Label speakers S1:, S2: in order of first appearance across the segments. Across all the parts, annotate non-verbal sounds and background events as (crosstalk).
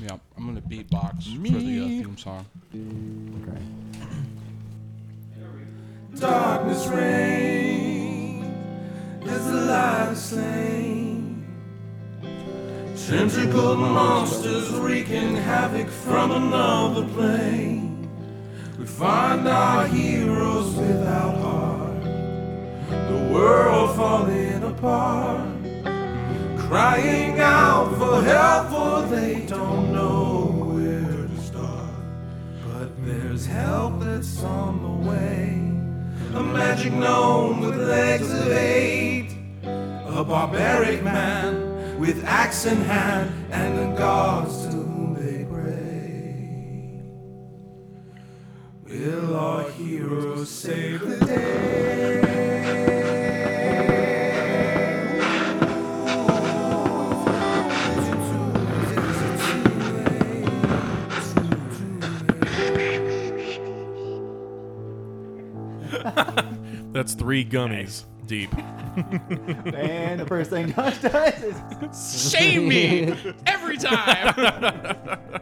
S1: Yeah, I'm gonna beatbox for the uh, theme song.
S2: Okay.
S3: Darkness reigns as the light is slain. Tentacled monsters wreaking havoc from another plane. We find our heroes without heart. The world falling apart. Crying out for help, for they don't know where to start. But there's help that's on the way. A magic gnome with legs of eight. A barbaric man with axe in hand and the gods to whom they pray. Will our heroes save the day?
S4: That's three gummies deep.
S2: And the first thing (laughs) Josh does is
S1: Shame me (laughs) every time.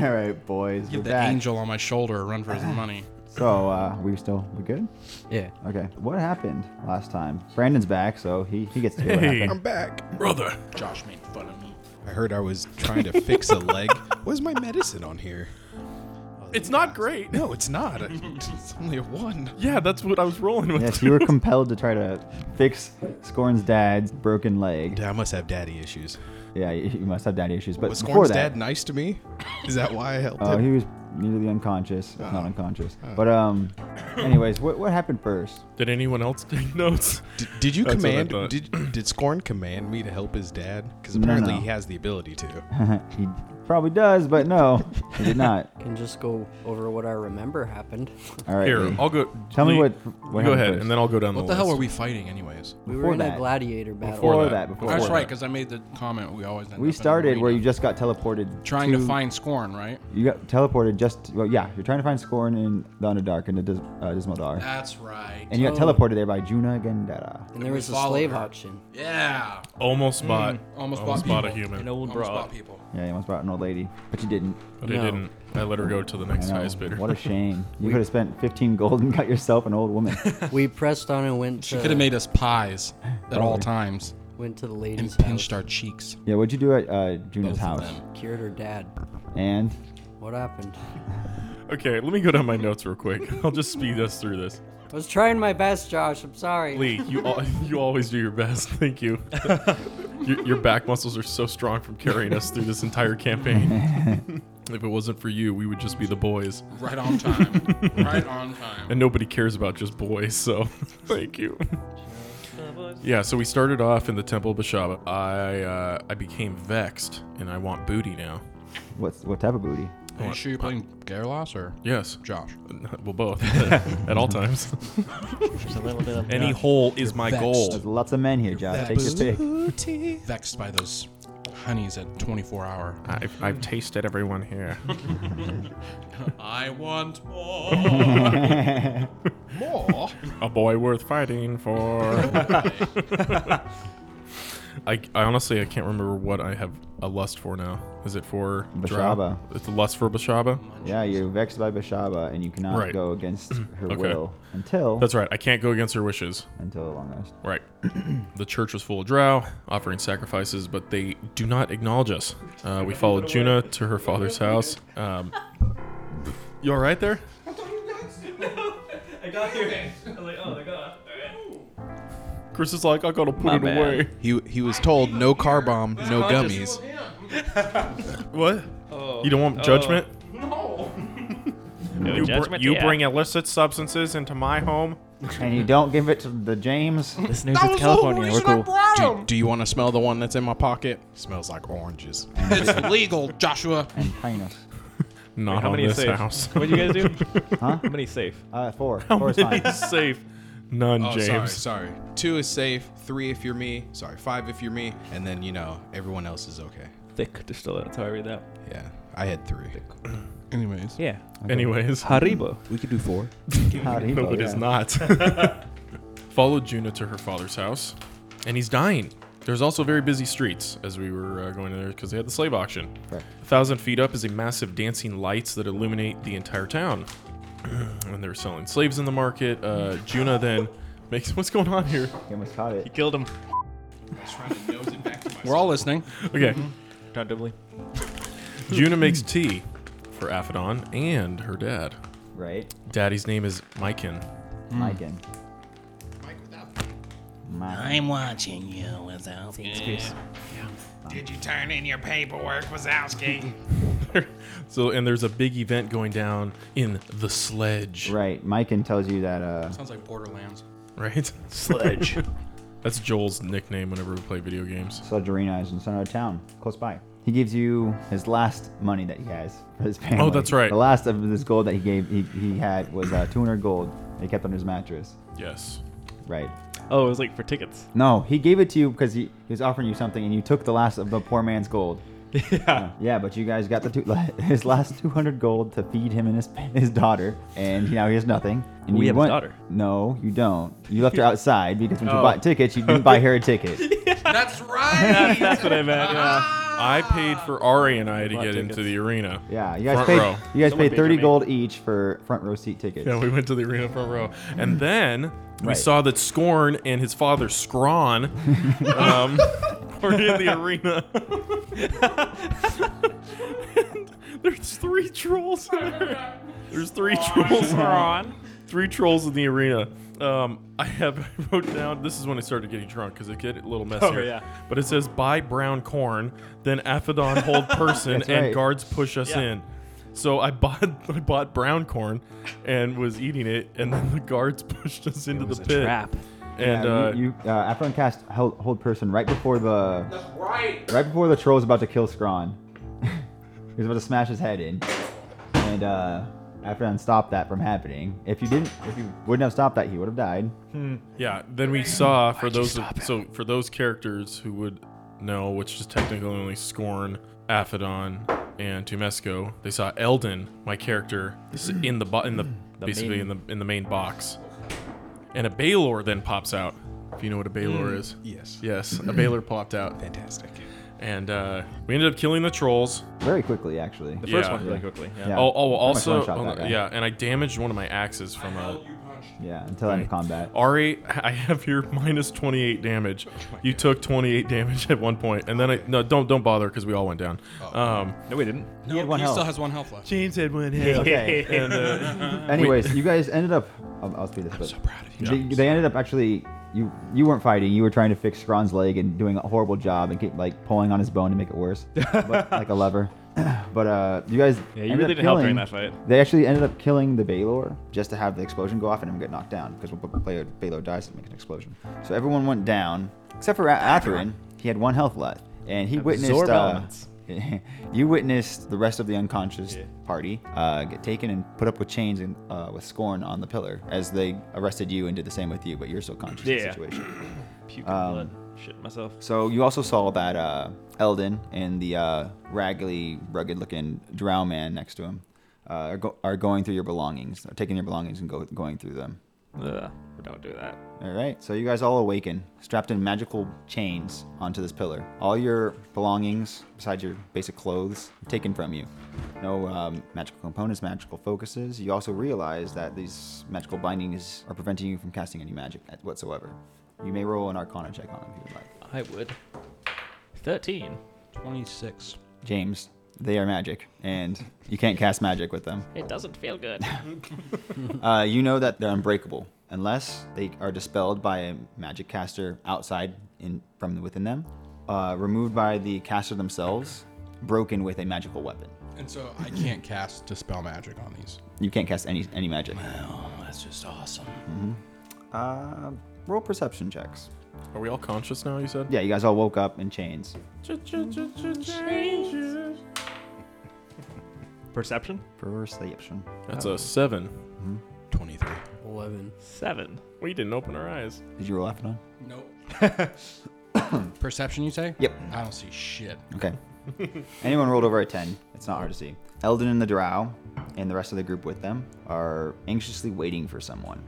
S2: all right, boys.
S1: Give
S2: we're
S1: the
S2: back. Ah.
S1: angel on my shoulder a run for his money.
S2: So uh, we still we good?
S5: Yeah.
S2: Okay. What happened last time? Brandon's back, so he he gets to hear what
S4: Hey.
S2: happened.
S6: I'm back.
S1: Brother, Josh made fun of me.
S6: I heard I was trying to fix a (laughs) leg. Where's my medicine on here? Oh,
S4: It's not great.
S6: No, it's not. It's only a one.
S4: Yeah, that's what I was rolling with.
S2: Yes, you were compelled to try to fix Scorn's dad's broken leg.
S6: Yeah, I must have daddy issues.
S2: Yeah, you you must have daddy issues. But
S6: Was
S2: before
S6: Scorn's
S2: that,
S6: dad nice to me? Is that why I helped
S2: oh,
S6: him?
S2: he was nearly unconscious, if not unconscious. But um, anyways, what what happened first?
S4: Did anyone else take (laughs) notes?
S6: D- did you
S4: That's what I
S6: command?
S4: thought.
S6: Did, did Scorn command me to help his dad? Because
S2: No,
S6: apparently
S2: no.
S6: he has the ability to.
S2: he probably does, but no, he did not.
S5: Can just go over what I remember happened.
S2: All right.
S4: Here,
S2: Lee.
S4: I'll go.
S2: Tell me
S4: Lee,
S2: what-
S4: you
S2: what
S4: go
S2: happened
S4: ahead,
S2: first.
S4: and then I'll go down
S1: What
S4: the
S1: the
S4: list.
S1: hell are we fighting, anyways?
S5: We
S2: Before
S5: were in
S2: that.
S5: a gladiator battle.
S2: before
S4: that.
S2: that, before
S4: That's
S1: That's
S2: that.
S1: right, because I made the comment we always end up in
S2: we
S1: an
S2: started where
S1: arena.
S2: you just got teleported.
S1: trying to find Scorn, right?
S2: You got teleported just. Well, yeah, you're trying to find Scorn in the Underdark in the Dis- uh, Dismal Dar,
S1: That's right.
S2: and you got
S5: Oh.
S2: teleported there by Juna Gendera.
S5: And there
S1: We
S5: was a
S1: followed
S5: slave
S1: her. (laughs)
S5: auction.
S1: yeah,
S4: Almost bought.
S1: almost,
S4: almost
S1: bought,
S4: bought a
S1: people.
S4: human.
S5: An old
S1: Almost
S5: broad.
S1: bought people.
S2: Yeah, you almost brought an old lady, but you didn't.
S4: But I
S5: No.
S4: didn't. I let her go to the next
S2: I know.
S4: highest bidder. (laughs)
S2: What a shame. You could have spent 15 gold and got yourself an old woman.
S5: We pressed on and went
S1: She
S5: to,
S1: could have made us pies at all times
S5: went to the
S1: and
S5: lady's house,
S1: pinched our cheeks.
S2: yeah, what'd you do at uh, Juna's
S1: Both of
S2: house?
S1: them.
S5: cured her dad.
S2: And
S5: What happened?
S4: Okay, let me go down my notes real quick. (laughs) I'll just speed us through this.
S5: I was trying my best, Josh. I'm sorry.
S4: Lee, you al- (laughs) you always do your best. (laughs) Thank you. your, your back muscles are so strong from carrying us through this entire campaign.
S2: (laughs)
S4: if it wasn't for you, we would just be the boys,
S1: Right on time. (laughs) right on time.
S4: and nobody cares about just boys. So, (laughs) thank you. Yeah, so we started off in the Temple of Bashaba. I uh, I became vexed, and I want booty now.
S2: what's what type of booty?
S1: Are you sure you're playing Garlos or
S4: Yes, (laughs)
S1: Josh?
S4: well both (laughs) at all times.
S5: There's a little bit of
S4: Any hole is my
S1: vexed.
S4: goal.
S2: There's lots of men here, Josh. Take your pick.
S6: Booty.
S1: Vexed by those honeys at 24 hour.
S4: I've, I've tasted everyone here.
S1: I want more. more.
S4: A boy worth fighting
S5: (laughs)
S4: for. I, I honestly I can't remember what I have a lust for now. Is it for dra-
S2: Bashaba.
S4: It's a lust for Bashaba.
S2: Yeah, you're vexed by Bashaba, and you cannot
S4: Right.
S2: go against her
S4: Okay.
S2: will until
S4: That's right. I can't go against her wishes.
S2: until the long rest.
S4: Right. (clears throat) the church was full of drow, offering sacrifices, but they do not acknowledge us. Uh, we followed Juna to her father's house. Um, you all right there?
S7: I got here. I was like, oh, they got
S4: Chris is like, I gotta put it
S5: bad.
S4: away.
S6: He he was told no car bomb, no gummies.
S4: What?
S7: Oh.
S4: You don't want judgment?
S7: (laughs) No.
S4: You, br-
S7: judgment,
S4: you
S7: yeah.
S4: bring illicit substances into my home?
S2: and you don't give it to the James.
S5: This news is California. We're cool.
S6: Do, do you want to smell the one that's in my pocket? Smells like oranges.
S1: It's (laughs) legal, Joshua.
S2: and Pinus.
S4: Not
S7: How
S4: on
S7: many
S4: this
S7: safe?
S4: house.
S7: What'd you guys
S4: (laughs)
S7: do?
S2: Huh?
S7: How many safe?
S2: Uh, four. Four is fine.
S4: safe. None,
S6: Oh,
S4: James.
S6: sorry, sorry. Two is safe. Three if you're me. Sorry, five if you're me. And then you know everyone else is okay.
S7: Thick distillate. That's how I read that.
S6: Yeah, I had three.
S1: Anyways.
S7: Yeah.
S4: Anyways,
S7: Haribo.
S6: We could do
S2: (laughs)
S6: four.
S2: Howdy,
S4: no,
S2: bo,
S4: it
S2: yeah.
S4: is not. Followed Juna to her father's house, and he's dying. There's also very busy streets as we were uh, going there because they had the slave auction.
S2: Correct.
S4: A thousand feet up is a massive dancing lights that illuminate the entire town. (clears throat) and they're selling slaves in the market. Uh, Juna then (laughs) makes. What's going on here?
S2: He almost caught
S8: He
S2: it.
S8: killed him.
S1: We're all listening.
S4: Okay.
S8: John Dibley.
S4: Juna makes tea for Aphodon and her dad.
S2: Right?
S4: Daddy's name is Mikan.
S6: Hmm.
S2: Mike again. Mike
S9: watching you, Wazowski.
S10: Did you turn in your paperwork, Wazowski?
S4: So, and there's a big event going down in the sledge,
S2: Right. Mike and tells you that uh
S1: Sounds like Borderlands.
S4: right?
S8: Sledge.
S4: (laughs) That's Joel's nickname whenever we play video games.
S2: Sledge Arena is in the center of town, close by. He gives you his last money that he has for his family.
S4: Oh, that's right.
S2: The last of this gold that he gave he, he had was uh, 200 gold that he kept on his mattress.
S4: Yes.
S2: Right.
S8: oh, it was like for tickets.
S2: No, he gave it to you because he, he was offering you something, and you took the last of the poor man's
S8: (laughs)
S2: gold. Yeah. Yeah, but you guys got the two, (laughs) his last 200 gold to feed him and his his daughter, and now he has nothing. And
S8: We
S2: you
S8: have his
S2: want-
S8: daughter.
S2: No, you don't. You
S8: (laughs)
S2: left her outside because when you
S8: Oh.
S2: bought tickets, you didn't buy her a
S8: (laughs)
S2: ticket.
S1: That's right.
S8: (laughs) That's what I meant. Yeah.
S4: I paid for Ari and I to
S8: Lot
S4: get into
S8: tickets.
S4: the arena.
S2: Yeah, you guys
S4: Front
S2: paid
S4: row.
S2: you guys
S8: Someone
S2: paid
S8: paid
S2: 30
S8: for me.
S2: gold each for front row seat tickets.
S4: Yeah, we went to the arena front row, and then we
S2: Right.
S4: saw that Scorn and his father Scrawn
S2: (laughs)
S4: um, were in the arena. (laughs) And there's three trolls in there. There's three trolls. Three trolls in the arena. Um, I have (laughs) I wrote down. This is when I started getting drunk because it get a little messier.
S8: Oh, yeah.
S4: But it says buy brown corn, then Aphodon
S8: (laughs)
S4: hold person
S2: That's
S4: and
S2: right.
S4: guards push us
S8: Yeah.
S4: in. So I bought (laughs) I bought brown corn and was eating it, and then the guards (laughs) pushed us into the pit.
S8: (laughs) Crap.
S4: And
S2: yeah,
S4: uh,
S2: you, you uh, Afron cast hold, hold person right before the right. before the troll's about to kill (laughs) Scrawn. He's about to smash his head in, and uh, Afron stopped that from happening. If you didn't, if you wouldn't have stopped that, he would have died.
S4: yeah, then we saw for those so for those characters who would know, which is technically only Scorn, Aphodon, and Tumesco, they saw Eldon, my character, this is in the bo- in (clears throat) the, basically in the in the main box, and a Baylor then pops out. If you know what a Baylor
S2: Mm,
S4: is,
S6: Yes.
S2: (clears throat)
S4: yes, a Baylor popped out,
S6: Fantastic.
S4: and uh, we ended up killing the trolls.
S2: Very quickly, actually.
S8: The first
S4: Yeah.
S8: one really quickly. Yeah.
S2: Yeah.
S4: Oh, oh
S2: Pretty much
S4: also,
S2: one-shot
S4: oh,
S2: that guy.
S4: yeah, and I damaged one of my axes from a.
S2: Yeah, until end of combat.
S4: Ari, (laughs) I have your minus 28 damage. You took 28 damage at one point, and then I no, don't don't bother because we all went down. Um,
S8: No, we didn't.
S1: No,
S2: had one
S1: he still
S2: health.
S1: has one health left.
S4: James had one
S8: (laughs)
S4: hit.
S2: Okay.
S4: And, uh,
S2: Anyways, you guys ended up. I'll, I'll speed this. I'm so proud of you. They, they ended up actually. You you weren't fighting. You were trying to fix Scrawn's leg and doing a horrible job and keep like pulling on his bone to make it
S8: (laughs)
S2: worse, but, like a lever. (clears throat) But uh, you guys.
S8: Yeah, you
S2: ended
S8: really
S2: up
S8: didn't help during
S2: killing-
S8: that fight.
S2: They actually ended up killing the Baylor just to have the explosion go off and him get knocked down because when player Baylor dies, it makes an explosion. So everyone went down except for A- Atherin. He had one health left, and he
S8: Absorb
S2: witnessed. Uh,
S8: elements.
S2: (laughs) you witnessed the rest of the unconscious party uh, get taken and put up with chains and uh, with scorn on the pillar as they arrested you and did the same with you, but you're still conscious of
S8: Yeah.
S2: the situation.
S8: Puking blood. Shit myself.
S2: So you also saw that uh, Eldon and the uh, raggedy, rugged-looking drow man next to him uh, are, go- are going through your belongings, are taking your belongings and go- going through them.
S8: Ugh. Don't do that.
S2: All right, so you guys all awaken, strapped in magical chains onto this pillar. All your belongings, besides your basic clothes, are taken from you. No um, magical components, magical focuses. You also realize that these magical bindings are preventing you from casting any magic whatsoever. You may roll an Arcana check on them if you would like.
S8: I would. Thirteen.
S1: 26.
S2: James, they are magic, and you can't cast magic with them.
S8: It doesn't feel good.
S2: (laughs) Uh, you know that they're unbreakable unless they are dispelled by a magic caster outside in from within them, uh, removed by the caster themselves, broken with a magical weapon.
S1: And so I can't cast dispel magic on these.
S2: You can't cast any any magic. Mm-hmm.
S9: That's just awesome.
S2: Uh, roll perception checks.
S4: are we all conscious now? You said.
S2: Yeah, you guys all woke up in chains.
S8: Perception.
S2: Perception.
S4: That's a seven.
S1: 23.
S5: 11.
S8: Seven.
S4: We didn't open (laughs) our eyes.
S2: Did you roll Aphodon?
S1: Nope. (coughs) Perception, you say?
S2: Yep.
S1: I don't see shit.
S2: Okay. (laughs) Anyone rolled over a 10, it's not hard to see. Eldon and the Drow, and the rest of the group with them, are anxiously waiting for someone.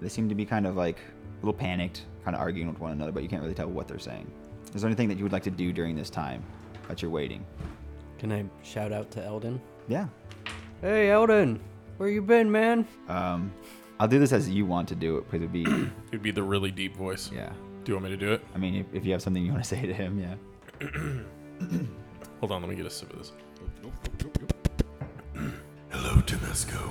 S2: They seem to be kind of like a little panicked, kind of arguing with one another, but you can't really tell what they're saying. Is there anything that you would like to do during this time that you're waiting?
S5: Can I shout out to Eldon?
S2: Yeah.
S5: Hey, Eldon, where you been, man?
S2: Um, I'll do this as you want to do it, because it'd be. (clears throat)
S4: It'd be the really deep voice.
S2: Yeah.
S4: Do you want me to do it?
S2: I mean, if, if you have something you want to (laughs) say to him, yeah.
S4: Hold on, let me get a sip of this.
S11: (clears throat) Hello, Temesco.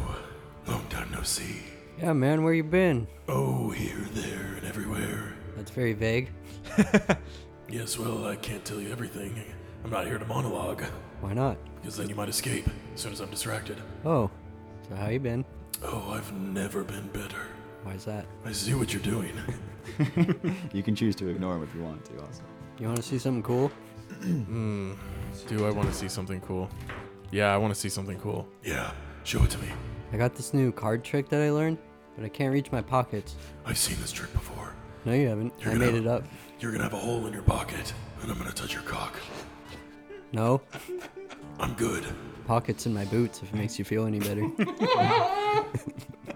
S11: Long time no see.
S5: Yeah, man, where you been?
S11: Oh, here, there, and everywhere.
S5: That's very vague.
S11: Yes, well, I can't tell you everything. I'm not here to monologue,
S5: Why not?
S11: because then you might escape as soon as I'm distracted.
S5: Oh, so how you been?
S11: Oh, I've never been better.
S5: Why's that?
S11: I see what you're doing.
S2: You can choose to ignore him if you want to, also.
S5: You want to see something cool?
S4: (laughs) Do I want to see something cool? Yeah, I want to see something cool.
S11: Yeah, show it to me.
S5: I got this new card trick that I learned, but I can't reach my pockets.
S11: I've seen this trick before.
S5: No, you haven't.
S11: You're
S5: I
S11: gonna-
S5: made it up.
S11: You're gonna have a hole in your pocket, and I'm gonna touch your cock.
S5: No,
S11: I'm good.
S5: pockets in my boots. If it makes you feel any better. (laughs)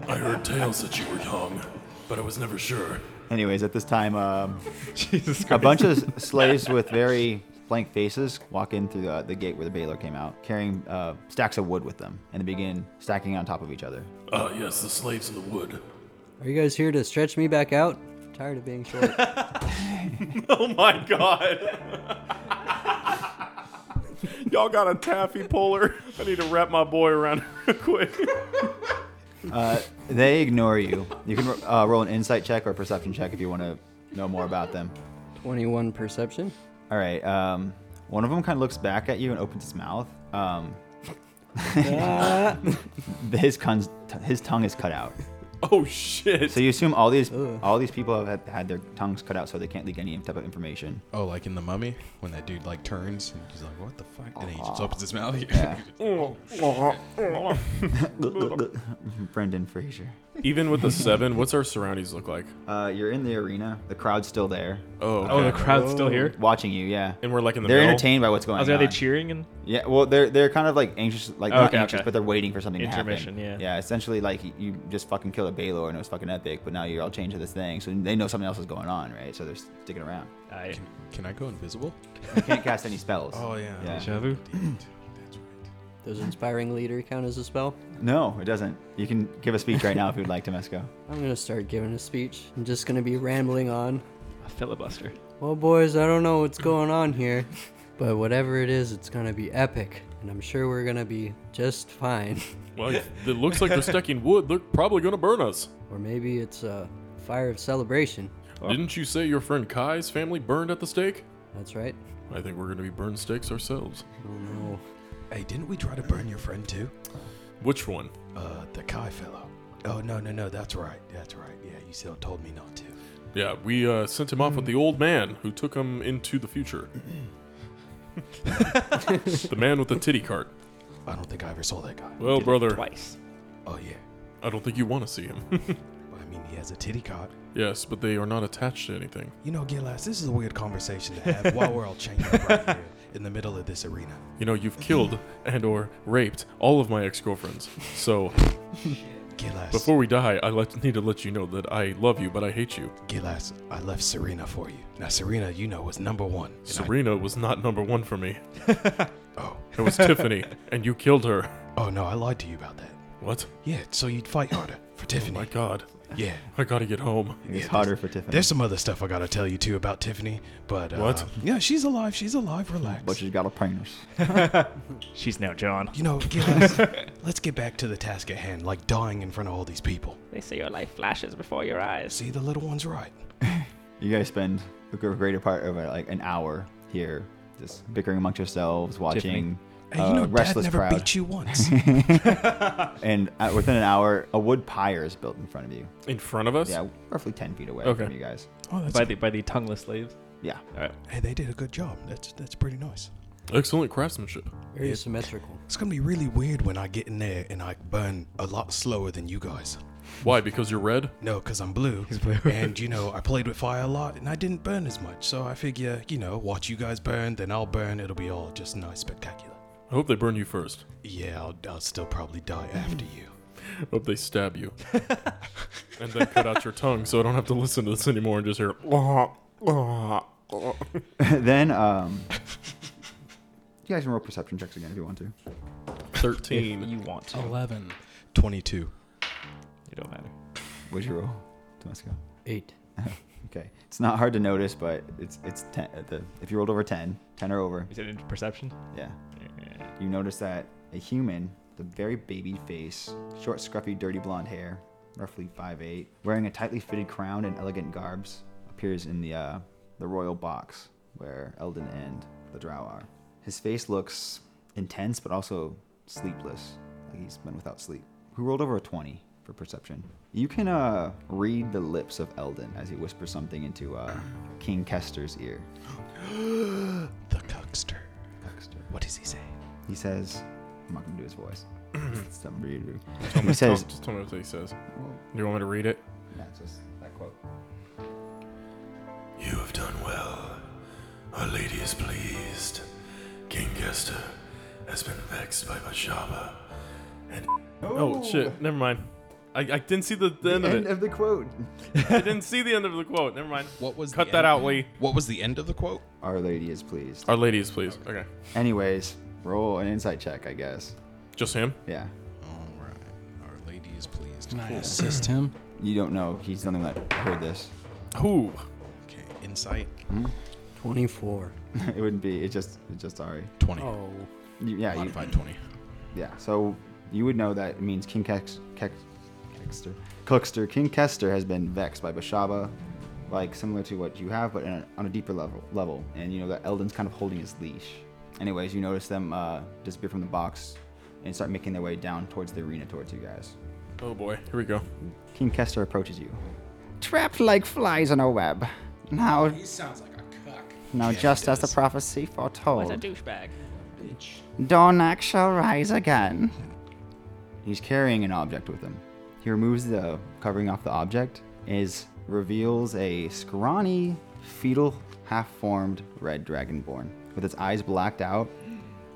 S11: I heard tales that you were young, but I was never sure.
S2: Anyways, at this time,
S4: (laughs)
S2: um, a bunch of slaves with very blank faces walk in through the, the gate where the baylor came out, carrying uh, stacks of wood with them, and they begin stacking on top of each other.
S11: Ah, yes, the slaves in the wood.
S5: Are you guys here to stretch me back out? tired of
S11: (laughs)
S5: being short.
S4: Oh my god. (laughs) Y'all got a taffy puller. (laughs) I need to wrap my boy around (laughs) real quick.
S2: They ignore you. You can uh, roll an insight check or a perception check if you want to know more about them.
S5: 21 perception.
S2: All right. Um, one of them kind of looks back at you and opens his mouth. Um, (laughs)
S11: Uh.
S2: his, cons- his tongue is cut out.
S4: Oh shit.
S2: So you assume all these all these people have had- had their tongues cut out, so they can't leak any type of information.
S12: Oh, like in the mummy when that dude like turns and he's like, "What the fuck?" And then he just opens his mouth.
S6: (laughs)
S2: (laughs) Brendan Fraser.
S4: Even with the seven, what's our surroundings look like?
S2: Uh, you're in the arena. The crowd's still there,
S4: Oh, okay.
S8: Oh, the crowd's still here.
S2: watching you. Yeah,
S4: and we're like in the
S2: they're
S4: middle.
S2: entertained by what's going
S8: I was
S2: on.
S8: like, are they cheering? And
S2: Yeah, well, they're they're kind of like anxious, like not
S8: Okay,
S2: anxious,
S8: okay.
S2: but they're waiting for something
S8: Intermission,
S2: to happen.
S8: yeah.
S2: Yeah, essentially, like y- you just fucking killed a Baylor and it was fucking epic, but now you're all chained to this thing, so they know something else is going on, right? So they're sticking around.
S8: I
S12: Can I go invisible?
S2: You
S8: (laughs)
S2: can't cast any spells.
S12: Oh yeah.
S8: deja vu.
S5: Does inspiring leader count as a spell?
S2: No, it doesn't. You can give a speech right now if you'd like, Temesco.
S5: I'm gonna start giving a speech. I'm just gonna be rambling on.
S8: A filibuster.
S5: Well, boys, I don't know what's going on here, but whatever it is, it's gonna be epic, and I'm sure we're gonna be just fine. (laughs)
S4: Well, it it looks like they're stacking wood. They're probably gonna burn us.
S5: Or maybe it's a fire of celebration.
S4: Didn't you say your friend Kai's family burned at the stake?
S5: That's right.
S4: I think we're gonna be burned stakes ourselves.
S5: Oh no.
S12: Hey, didn't we try to burn your friend too?
S4: Which one?
S12: Uh, the Kai fellow. Oh no no no, that's right, that's right. Yeah, you still told me not to.
S4: Yeah, we uh, sent him off with the old man who took him into the future. the man with the titty cart.
S12: I don't think I ever saw that guy.
S4: Well, brother,
S8: Twice.
S12: Oh yeah.
S4: I don't think you want to see him. (laughs)
S12: Well, I mean, he has a titty cot.
S4: yes, but they are not attached to anything.
S12: You know, Gillas, this is a weird conversation to have while we're all chained up right here in the middle of this arena.
S4: You know, you've killed and or raped all of my ex-girlfriends. So
S12: Gillas,
S4: before we die, I let, need to let you know that I love you, but I hate you.
S12: Gillas, I left Serena for you. Now, Serena, you know, was number one. And I-
S4: Serena was not number one for me.
S12: oh,
S4: It was Tiffany, and you killed her.
S12: oh no, I lied to you about that.
S4: What?
S12: Yeah, so you'd fight harder for Tiffany.
S4: My God,
S12: yeah.
S4: I gotta get home.
S2: Oh It's
S12: Yeah,
S2: harder for Tiffany.
S12: There's some other stuff I gotta tell you too about Tiffany, but uh,
S4: What?
S12: Yeah, she's alive. She's alive. Relax.
S2: but she's got a penis.
S8: She's now John.
S12: you know, Gillas,
S2: (laughs)
S12: let's get back to the task at hand, like dying in front of all these people.
S8: (laughs) They say your life flashes before your eyes.
S12: See, the little one's right.
S2: You guys spend the gr- greater part of uh, like an hour here, just bickering amongst yourselves, watching.
S12: Hey,
S2: uh,
S12: you know, Dad
S2: restless
S12: never
S2: crowd.
S12: beat you
S2: (laughs)
S12: once.
S2: And uh, within an hour, a wood pyre is built in front of you.
S4: In front of us?
S2: Yeah, roughly 10 feet away
S4: Okay.
S2: from you guys.
S12: oh, that's
S8: By the by the tongueless slaves.
S2: Yeah. (laughs)
S12: Hey, they did a good job. That's that's pretty nice.
S4: Excellent craftsmanship.
S5: Very symmetrical.
S12: It's gonna be really weird when I get in there and I burn a lot slower than you guys.
S4: Why? Because you're red?
S12: No, because
S4: (laughs)
S12: I'm blue. and you know, I played with fire a lot and I didn't burn as much. So I figure, you know, watch you guys burn, then I'll burn. It'll be all just nice, spectacular.
S4: I hope they burn you first.
S12: Yeah, I'll, I'll still probably die after you.
S4: I hope they
S2: (laughs)
S4: stab you. and then cut out your tongue so I don't have to listen to this anymore and just hear. "Wah, wah,
S2: then um, you guys can roll perception checks again if you want to.
S4: 13.
S8: you want to.
S1: 11.
S12: (gasps)
S6: 22.
S8: It don't matter.
S2: What's your roll, Tomesco?
S5: Eight.
S2: Okay, it's not hard to notice, but it's it's ten. uh, The, if you rolled over 10, 10 or over,
S8: Is it in perception?
S2: yeah, you notice that a human, the very baby face, short, scruffy, dirty blonde hair, roughly 5'8, wearing a tightly fitted crown and elegant garbs, appears in the, uh, the royal box where Eldon and the drow are. His face looks intense, but also sleepless, like he's been without sleep. Who rolled over a 20 for perception? You can uh, read the lips of Eldon as he whispers something into uh, King Kester's ear.
S6: The cuckster. What does he say?
S2: He says, I'm not going to do his voice. it's something really rude.
S4: Tell me-
S2: He says,
S4: tell- just tell me what he says. You want me to read it?
S2: That's just that quote.
S3: You have done well. Our lady is pleased. King Kester has been vexed by Bashaba.
S4: Oh, shit. Never mind. I, I didn't see the, the end of it.
S2: of the quote.
S4: I didn't see the end of the quote. Never mind.
S1: What was
S4: Cut
S1: the
S4: that
S1: end?
S4: out, Lee.
S1: What was the end of the quote?
S2: (laughs) Our lady is pleased.
S4: Our ladies, please. Okay.
S2: Anyways, roll an insight check, I guess.
S4: Just him?
S2: Yeah.
S1: All right. Our lady is pleased. Can I assist him?
S2: You don't know. He's the only one that heard this. (laughs)
S4: Who?
S6: Okay, insight.
S5: 24.
S2: it wouldn't be. It's just. It's just sorry.
S1: 20.
S5: Oh.
S2: You, yeah. You,
S1: Modified 20.
S2: yeah. So you would know that it means King Kex, Kex, Kexter, Cookster. King Kester has been vexed by Bashaba, like similar to what you have, but in a, on a deeper level. Level, and you know that Eldon's kind of holding his leash. Anyways, you notice them uh, disappear from the box and start making their way down towards the arena towards you guys.
S4: Oh, boy. Here we go.
S2: King Kester approaches you. Trapped like flies on a web. Now,
S1: He sounds like a cuck.
S2: now just as the prophecy foretold.
S8: What a douchebag.
S2: Dornak shall rise again. He's carrying an object with him. He removes the covering off the object, is reveals a scrawny, fetal, half-formed red dragonborn with its eyes blacked out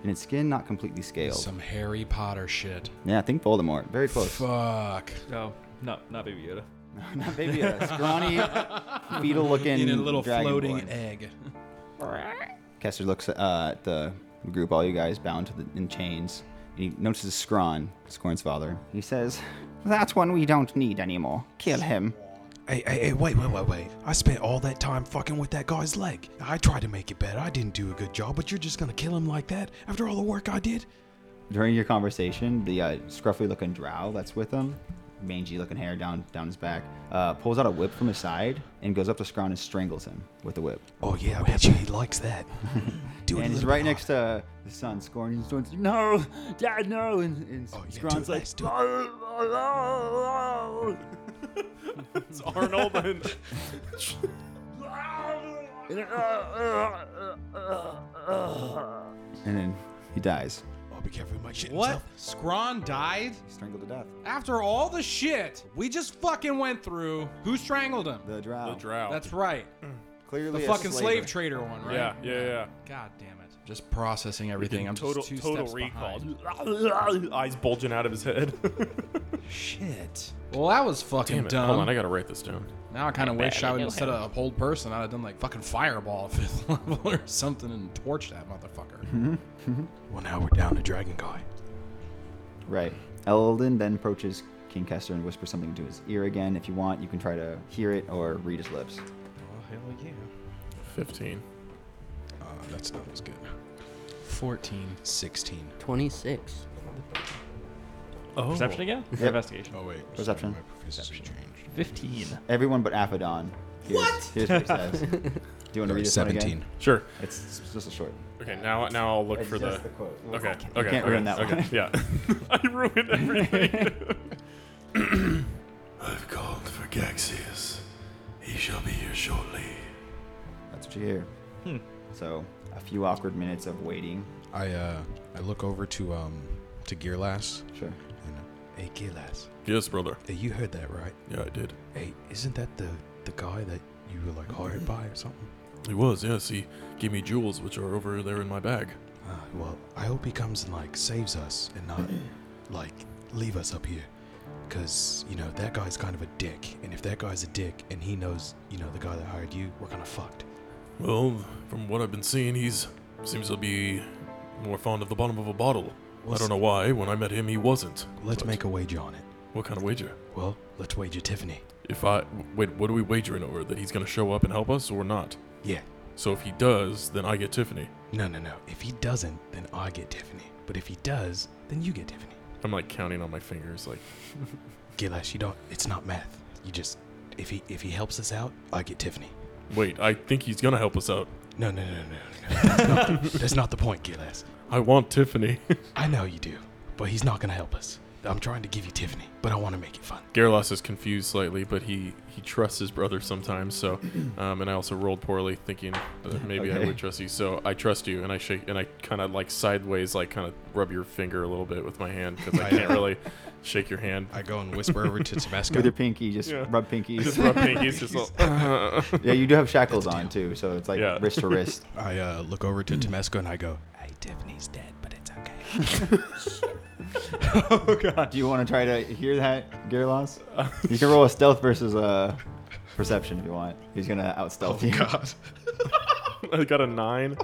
S2: and its skin not completely scaled.
S1: Some Harry Potter shit.
S2: yeah, I think Voldemort. Very Oh.
S1: (laughs)
S2: close.
S1: Fuck.
S8: No, not not Baby Yoda.
S2: Maybe
S1: (laughs)
S2: a scrawny, fetal-looking
S1: In a little floating
S2: dragonborn.
S1: egg.
S2: Kester looks uh, at the group, all you guys bound to the, in chains. and He notices Skron, Scorn's father. He says, "That one we don't need anymore. Kill him."
S6: Hey, hey, hey, wait, wait, wait, wait. I spent all that time fucking with that guy's leg. I tried to make it better. I didn't do a good job, but you're just gonna kill him like that after all the work I did?
S2: During your conversation, the uh, scruffy-looking drow that's with him, mangy-looking hair down down his back, uh, pulls out a whip from his side and goes up to Skron and strangles him with the whip.
S6: Oh, yeah, I bet you he likes
S2: (laughs)
S6: that. Do it a
S2: and he's
S6: little
S2: right
S6: bit
S2: next to the son, Scorn. He's doing, no, Dad, no. And, and
S6: Oh, yeah, do
S2: Skron's
S6: it,
S2: like,
S6: Lex, do it.
S4: It's Arnold and.
S2: and then he dies.
S6: harder. Oh, be careful, he might shit
S1: What?
S6: himself.
S1: Scron died?
S2: He's strangled to death.
S1: After all the shit we just fucking went through, who strangled him?
S2: The drow.
S4: The drow.
S1: That's right. The
S2: Clearly a
S1: fucking slave
S2: slaver.
S1: trader one, right?
S4: yeah, yeah, yeah.
S1: God damn it. Just processing everything. I'm
S4: total
S1: just two
S4: total
S1: steps
S4: recall.
S1: behind.
S4: (laughs) Eyes bulging out of his
S1: (laughs)
S4: head.
S1: Shit. Well, that was fucking
S4: Damn it.
S1: dumb.
S4: Hold on, I gotta write this down.
S1: Now I kind of wish I would
S8: knew
S1: instead
S8: him.
S1: of a whole person, I'd have done like fucking fireball fifth (laughs) level or something and torched that motherfucker.
S4: Mm-hmm.
S6: Well, now we're down to Dragon Guy.
S2: Right. Eldon then approaches King Kester and whispers something into his ear again. If you want, you can try to hear it or read his lips.
S4: 15.
S6: Uh, that's not as good.
S1: 14.
S6: 16.
S5: 26.
S4: Oh.
S8: Perception again? Or
S2: Yep.
S8: Investigation.
S1: Oh, wait.
S2: Perception.
S6: Perception.
S8: Oh.
S6: Change.
S8: 15.
S2: Everyone but Aphodon. Here's, what? Here's what it says.
S4: (laughs)
S2: Do you want to read this one again?
S4: Sure.
S2: It's it's just a short.
S4: Okay, now now I'll look for the.
S2: Adjust quote.
S4: Okay, okay.
S2: can't
S4: okay,
S2: ruin that
S4: okay.
S2: one.
S4: Yeah. (laughs) I ruined everything. (clears throat)
S3: I've called for Gaxias. He shall be here shortly.
S2: (laughs) That's what you hear.
S4: Hmm.
S2: So a few awkward minutes of waiting.
S6: I, uh, I look over to, um, to Gearlass.
S2: Sure.
S6: And, uh, hey, Gearlass.
S4: yes, brother.
S6: Hey, you heard that, right?
S4: Yeah, I did.
S6: Hey, isn't that the, the guy that you were, like, hired by or something?
S4: He was, yes. He gave me jewels, which are over there in my bag.
S6: Uh, well, I hope he comes and like saves us and not like leave us up here. Cause you know that guy's kind of a dick, and if that guy's a dick and he knows you know the guy that hired you, we're kind of fucked.
S4: Well, from what I've been seeing, he's seems to be more fond of the bottom of a bottle. I
S12: Let's-
S4: don't know why. When I met him, he wasn't.
S12: Let's
S4: but-
S12: make a wager on it.
S4: What kind of wager?
S12: Well, let's wager Tiffany.
S4: If I wait, what are we wagering over? That he's going to show up and help us, or not?
S12: Yeah.
S4: So if he does, then I get Tiffany.
S12: No, no, no. If he doesn't, then I get Tiffany. But if he does, then you get Tiffany.
S4: I'm like counting on my fingers, like
S12: Gilash, you don't. It's not math. You just if he if he helps us out, I get Tiffany.
S4: Wait, I think he's gonna help us out.
S12: No, no, no, no, no. no.
S4: (laughs)
S12: That's, not the, that's not the point, Gilas.
S4: I want Tiffany.
S12: I know you do, but he's not gonna help us. I'm trying to give you Tiffany, but I want to make it fun.
S4: Gerlas is confused slightly, but he he trusts his brother sometimes. So, um, and I also rolled poorly, thinking that maybe I
S2: Okay.
S4: would trust you. So I trust you, and I shake and I kind of like sideways, like kind of rub your finger a little bit with my hand because I can't really shake your hand.
S12: I go and whisper over
S4: (laughs)
S12: to
S2: With your
S12: Tabasco.
S2: pinky, just
S4: Yeah.
S2: rub pinkies.
S4: (laughs) Just rub pinkies, just little-
S2: yeah, you do have shackles on too, so it's like
S4: Yeah.
S2: wrist to
S4: (laughs)
S2: wrist.
S12: I uh, look over to Tabasco and I go,
S13: Hey, Tiffany's dead, but it's okay.
S2: Do you want to try to hear that, Gerlos?
S12: (laughs)
S2: You can roll a stealth versus a perception if you want. He's gonna outstealth you.
S12: Oh God,
S4: (laughs) I got a nine.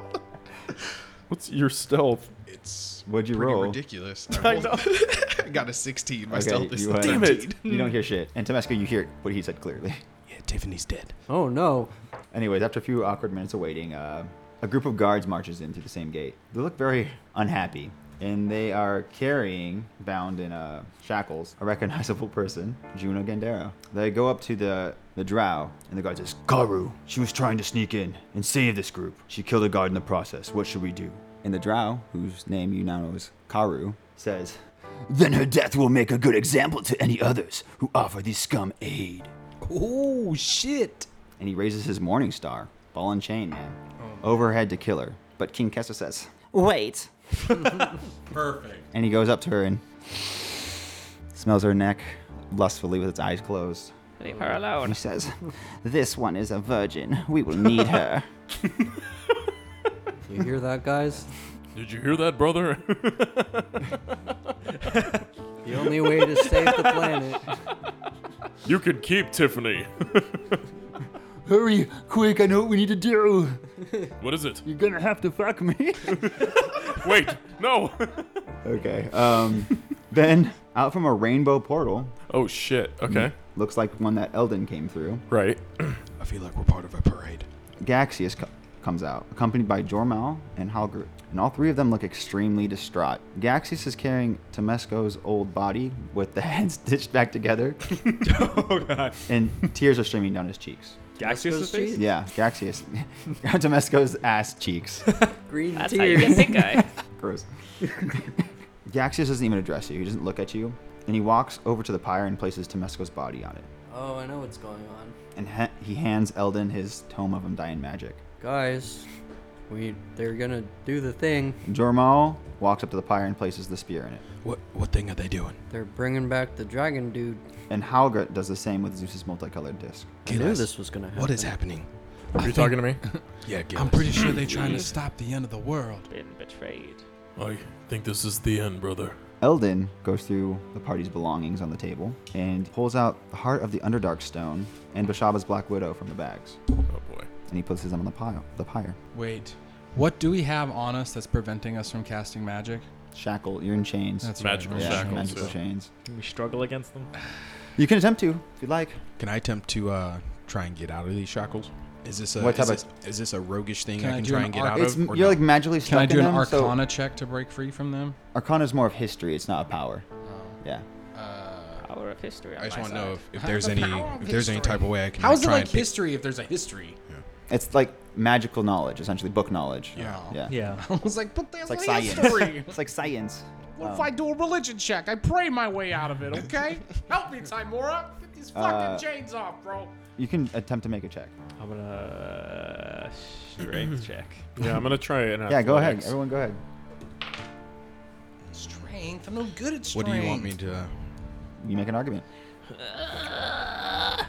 S4: What's your stealth?
S12: it's
S2: What'd you
S12: pretty
S2: roll?
S12: ridiculous. I, rolled- (laughs) I got a 16. My stealth is
S2: you, uh,
S12: 13.
S2: you don't hear shit. And Temesco, you hear what he said clearly.
S12: Yeah, Tiffany's dead.
S5: Oh no.
S2: Anyways, after a few awkward minutes of waiting, uh, a group of guards marches in through the same gate. They look very (laughs) unhappy, and they are carrying, bound in uh, shackles, a recognizable person, Juno Gandera. They go up to the the drow, and the guard says, "Karu, she was trying to sneak in and save this group. She killed a guard in the process. What should we do?" And the drow, whose name you now know is Karu, says, "Then her death will make a good example to any others who offer these scum aid."
S5: Oh shit.
S2: and he raises his morning star, ball and chain, man, overhead to kill her. But King Kessa says, "Wait,"
S14: Perfect.
S2: and he goes up to her and smells her neck lustfully with its eyes closed.
S8: Leave her
S9: (laughs)
S2: And
S8: alone.
S2: he says, "This one is a virgin. We will (laughs) need her."
S5: You hear that, guys?
S4: Did you hear that, brother? (laughs)
S5: The only way to save the
S8: (laughs)
S5: planet.
S4: you can keep Tiffany. (laughs)
S2: Hurry, quick! I know what we need to do.
S4: What is it?
S2: You're gonna have to fuck me.
S4: Wait, no.
S2: (laughs)
S4: (laughs)
S2: okay. Um, then out from a rainbow portal,
S4: Oh shit. Okay.
S2: looks like one that Eldon came through.
S4: Right.
S12: I feel like we're part of a parade.
S2: Gaxius co- comes out, accompanied by Jormal and Halgrut, and all three of them look extremely distraught. Gaxius is carrying Temesco's old body with the (laughs) head stitched back together,
S8: (laughs) Oh god.
S2: and tears are streaming down his cheeks.
S8: Gaxius' face?
S2: Yeah, Gaxius. (laughs) Temesco's ass
S8: (laughs)
S2: cheeks.
S5: Green
S8: That's how you
S5: tears.
S8: get eh? big guy.
S2: Gross. (laughs) Gaxius doesn't even address you, he doesn't look at you, and he walks over to the pyre and places Temesco's body on it.
S5: Oh, I know what's going on.
S2: And ha- he hands Eldon his tome of Undying Magic.
S5: Guys, we they're gonna do the thing.
S2: Jormal walks up to the pyre and places the spear in it.
S12: What what thing are they doing?
S5: They're bringing back the dragon dude.
S2: And Halgrut does the same with Zeus's multicolored disc.
S5: I knew
S12: Gilas,
S5: this was gonna happen.
S12: What is happening?
S4: Are you talking to me?
S12: Yeah, Gilas.
S1: I'm pretty sure they're trying to stop the end of the world.
S8: (laughs) Been betrayed.
S4: I think this is the end, brother.
S2: Eldin goes through the party's belongings on the table and pulls out the heart of the Underdark Stone and Bashaba's Black Widow from the bags.
S4: Oh boy.
S2: And he places them on the pile, the pyre.
S14: Wait, what do we have on us that's preventing us from casting magic?
S2: Shackle, you're in chains.
S14: That's
S4: Magical
S14: right,
S2: yeah,
S14: right.
S4: shackles,
S2: magical
S4: yeah.
S2: chains.
S8: Can we struggle against them?
S2: You can attempt to, if you'd like.
S12: Can I attempt to uh, try and get out of these shackles? Is this a
S2: What
S12: is
S2: type
S12: this,
S2: of-
S12: is this a roguish thing
S14: Can
S12: I
S14: I
S12: can
S14: do
S12: try
S14: an
S12: and get
S14: arc-
S12: out
S2: It's
S12: of?
S2: you're
S12: or no?
S2: like magically stuck
S14: Can I do
S2: in
S14: an
S2: them.
S14: Arcana check to break free from them?
S2: So Arcana's more of history. It's not a power.
S14: Oh.
S2: Yeah.
S8: Power of history. On
S12: I just
S8: my
S12: want to
S8: side.
S12: know if, if there's any if there's any type of way I can
S1: How
S12: like,
S1: is it
S12: try
S1: like
S12: and pick-
S1: history if there's a history?
S2: It's like magical knowledge, essentially book knowledge.
S12: Yeah.
S2: Yeah.
S8: Yeah.
S1: (laughs) I was like, Oh. but there's
S2: It's like
S1: a
S2: science.
S1: history. (laughs)
S2: It's like science.
S1: What if I do a religion check? I pray my way out of it, (laughs) okay? Help me, Timora. Get these fucking
S2: Uh,
S1: chains off, bro.
S2: You can attempt to make a check.
S8: I'm gonna uh, strength (clears throat) check.
S4: Yeah, I'm gonna try it.
S2: Yeah, go ahead. Everyone, go ahead.
S1: Strength. I'm no good at strength.
S12: What do you want me to? Yeah,
S2: You make an argument.
S12: I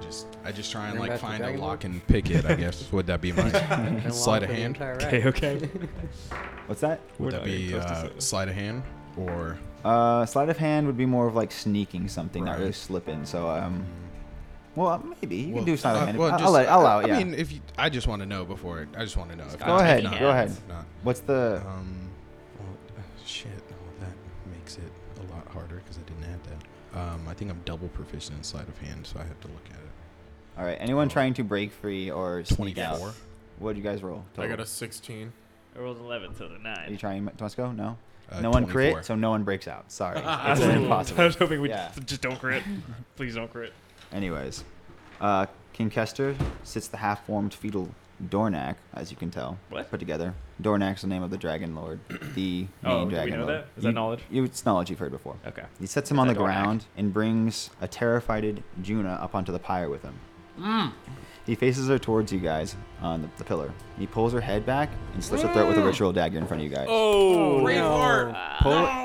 S12: just I just try and like
S5: Bring back the
S12: find a
S5: dragon
S12: lock and pick it. I guess would that be
S2: (laughs)
S12: my
S5: Gonna
S12: sleight
S5: lock
S12: of
S5: the
S12: hand?
S5: entire rack.
S8: Okay, (laughs) okay.
S2: What's that?
S12: Would
S8: We're
S12: that
S8: not even
S12: be
S8: close to
S12: uh,
S8: seven.
S12: sleight of hand or
S2: Uh, sleight of hand would be more of like sneaking something, not
S12: Right.
S2: really slipping. So um, Well, maybe you
S12: Well,
S2: can do sleight of
S12: uh,
S2: hand.
S12: well,
S2: I'll,
S12: just-
S2: let, I'll allow it.
S12: I
S2: Yeah.
S12: mean, uh, if you, I just want to know before. I just want to know. If
S2: go
S12: it's
S2: ahead.
S12: not-
S2: Go ahead.
S12: Not.
S2: What's the?
S12: Um, well, uh, shit. Well, that makes it a lot harder because I didn't have that. Um, I think I'm double proficient in sleight of hand, so I have to look at it.
S2: All right. Anyone
S12: uh,
S2: trying to break free or sneak out?
S12: 24?
S2: What do you guys roll?
S4: I
S2: total?
S4: got a 16.
S8: I rolled 11, so the
S2: Are
S8: 9.
S2: you trying, Tosco? No.
S12: Uh,
S2: no one
S12: 24.
S2: crit, so no one breaks out.
S4: (laughs)
S2: Sorry,
S8: I
S2: it's
S8: was-
S2: an impossible.
S8: (laughs) I was hoping we
S2: Yeah.
S8: just don't (laughs) crit. Please don't crit.
S2: Anyways, uh, King Kester sits the half-formed fetal Dornak, as you can tell,
S8: What?
S2: put together. Dornak's the name of the dragon
S8: (clears throat)
S2: lord, the
S8: Oh,
S2: main
S8: do we
S2: dragon
S8: know
S2: lord.
S8: that? Is that
S2: You-
S8: knowledge?
S2: You, it's knowledge you've heard before.
S8: Okay.
S2: He sets
S8: Is
S2: him on the
S8: that Dornak?
S2: ground and brings a terrified Juna up onto the pyre with him.
S1: Mm.
S2: He faces her towards you guys on the, the pillar. He pulls her head back and slits her throat with a ritual dagger in front of you guys.
S1: Mm. Oh, Braveheart.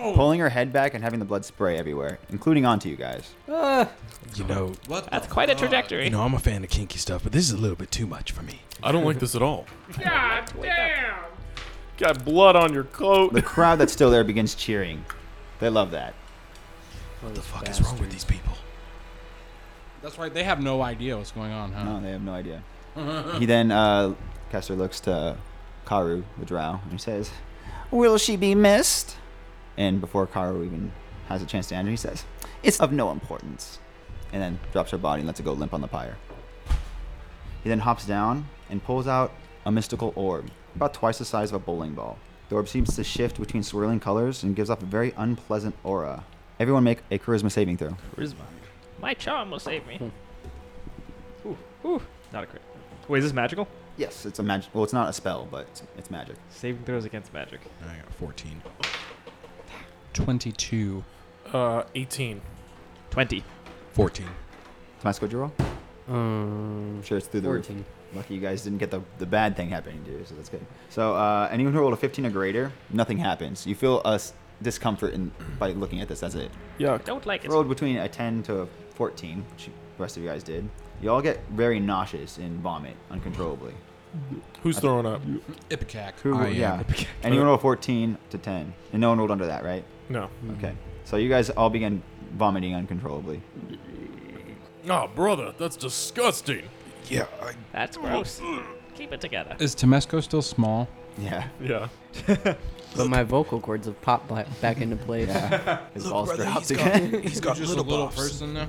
S2: Pull, Pulling her head back and having the blood spray everywhere, including onto you guys.
S6: You know,
S1: What?
S8: That's quite a trajectory.
S6: you know, I'm a fan of kinky stuff, but this is a little bit too much for me.
S4: I don't like this at all.
S10: God damn!
S4: Got blood on your coat.
S2: The crowd that's still there begins cheering. They love that.
S6: What the fuck is wrong with these people?
S1: That's right. They have no idea what's going on, huh?
S2: No, they have no idea. He then, uh, Kester looks to Karu, the drow, and he says, Will she be missed? And before Karu even has a chance to answer, he says, It's of no importance. And then drops her body and lets it go limp on the pyre. He then hops down and pulls out a mystical orb, about twice the size of a bowling ball. The orb seems to shift between swirling colors and gives off a very unpleasant aura. Everyone make a charisma saving throw.
S8: Charisma. My charm will save
S10: (laughs)
S8: me. Ooh, ooh. Not a crit. Wait, is this magical?
S2: Yes, it's a magic. Well, it's not a spell, but it's, it's magic.
S8: Saving throws against magic.
S12: I got 14.
S1: 22.
S4: Uh, 18.
S8: 20.
S6: 14.
S2: Tomasco, what'd you roll?
S5: Um,
S2: sure it's through the
S5: 14.
S2: roof. Lucky you guys didn't get the, the bad thing happening to you, so that's good. So uh, anyone who rolled a 15 or greater, nothing happens. You feel a s- discomfort in, by looking at this. That's it.
S4: Yuck.
S8: Don't like it.
S2: Rolled between a 10 to a 14, which you- the rest of you guys did. You all get very nauseous and vomit uncontrollably.
S4: Who's throwing up?
S1: Ipecac.
S2: Who?
S6: I am.
S12: (laughs)
S2: yeah. Anyone rolled 14 to 10, and no one rolled under that, right?
S4: No.
S2: Okay. So you guys all began vomiting uncontrollably.
S4: Oh, brother, that's disgusting.
S6: Yeah, I,
S8: That's gross. Keep it together.
S1: Is Temesco still small?
S2: Yeah.
S4: Yeah.
S5: But my vocal cords have popped ba- back into place.
S6: (laughs)
S2: His
S6: Look,
S2: balls
S6: brother,
S2: dropped
S6: he's
S2: again. (laughs)
S6: he's got
S1: Just
S6: little,
S1: a little
S6: buffs.
S1: person now.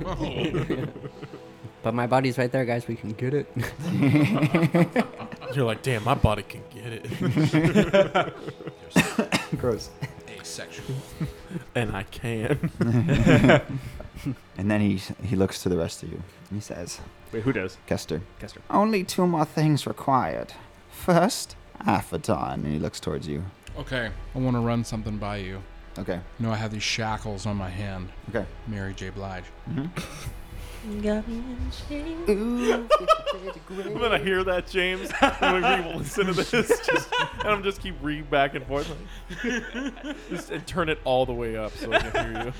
S5: But my body's right there, guys. We can get it. (laughs)
S4: You're like, damn, my body can get it.
S2: (laughs) Gross.
S1: Asexual.
S4: and I can.
S2: And then he, he looks to the rest of you. He says,
S8: Wait, who does?
S2: Kester,
S8: Kester.
S2: Only two more things required. First, Aphodon. And he looks towards you.
S1: Okay, I want to run something by you.
S2: Okay.
S1: You know, I have these shackles on my hand.
S2: Okay.
S1: Mary J. Blige.
S4: And then I hear that,
S8: (laughs)
S4: James. And when people listen to this, just, (laughs) and I'm just keep re back and forth. like- just (laughs) and turn it all the way up so I can hear you.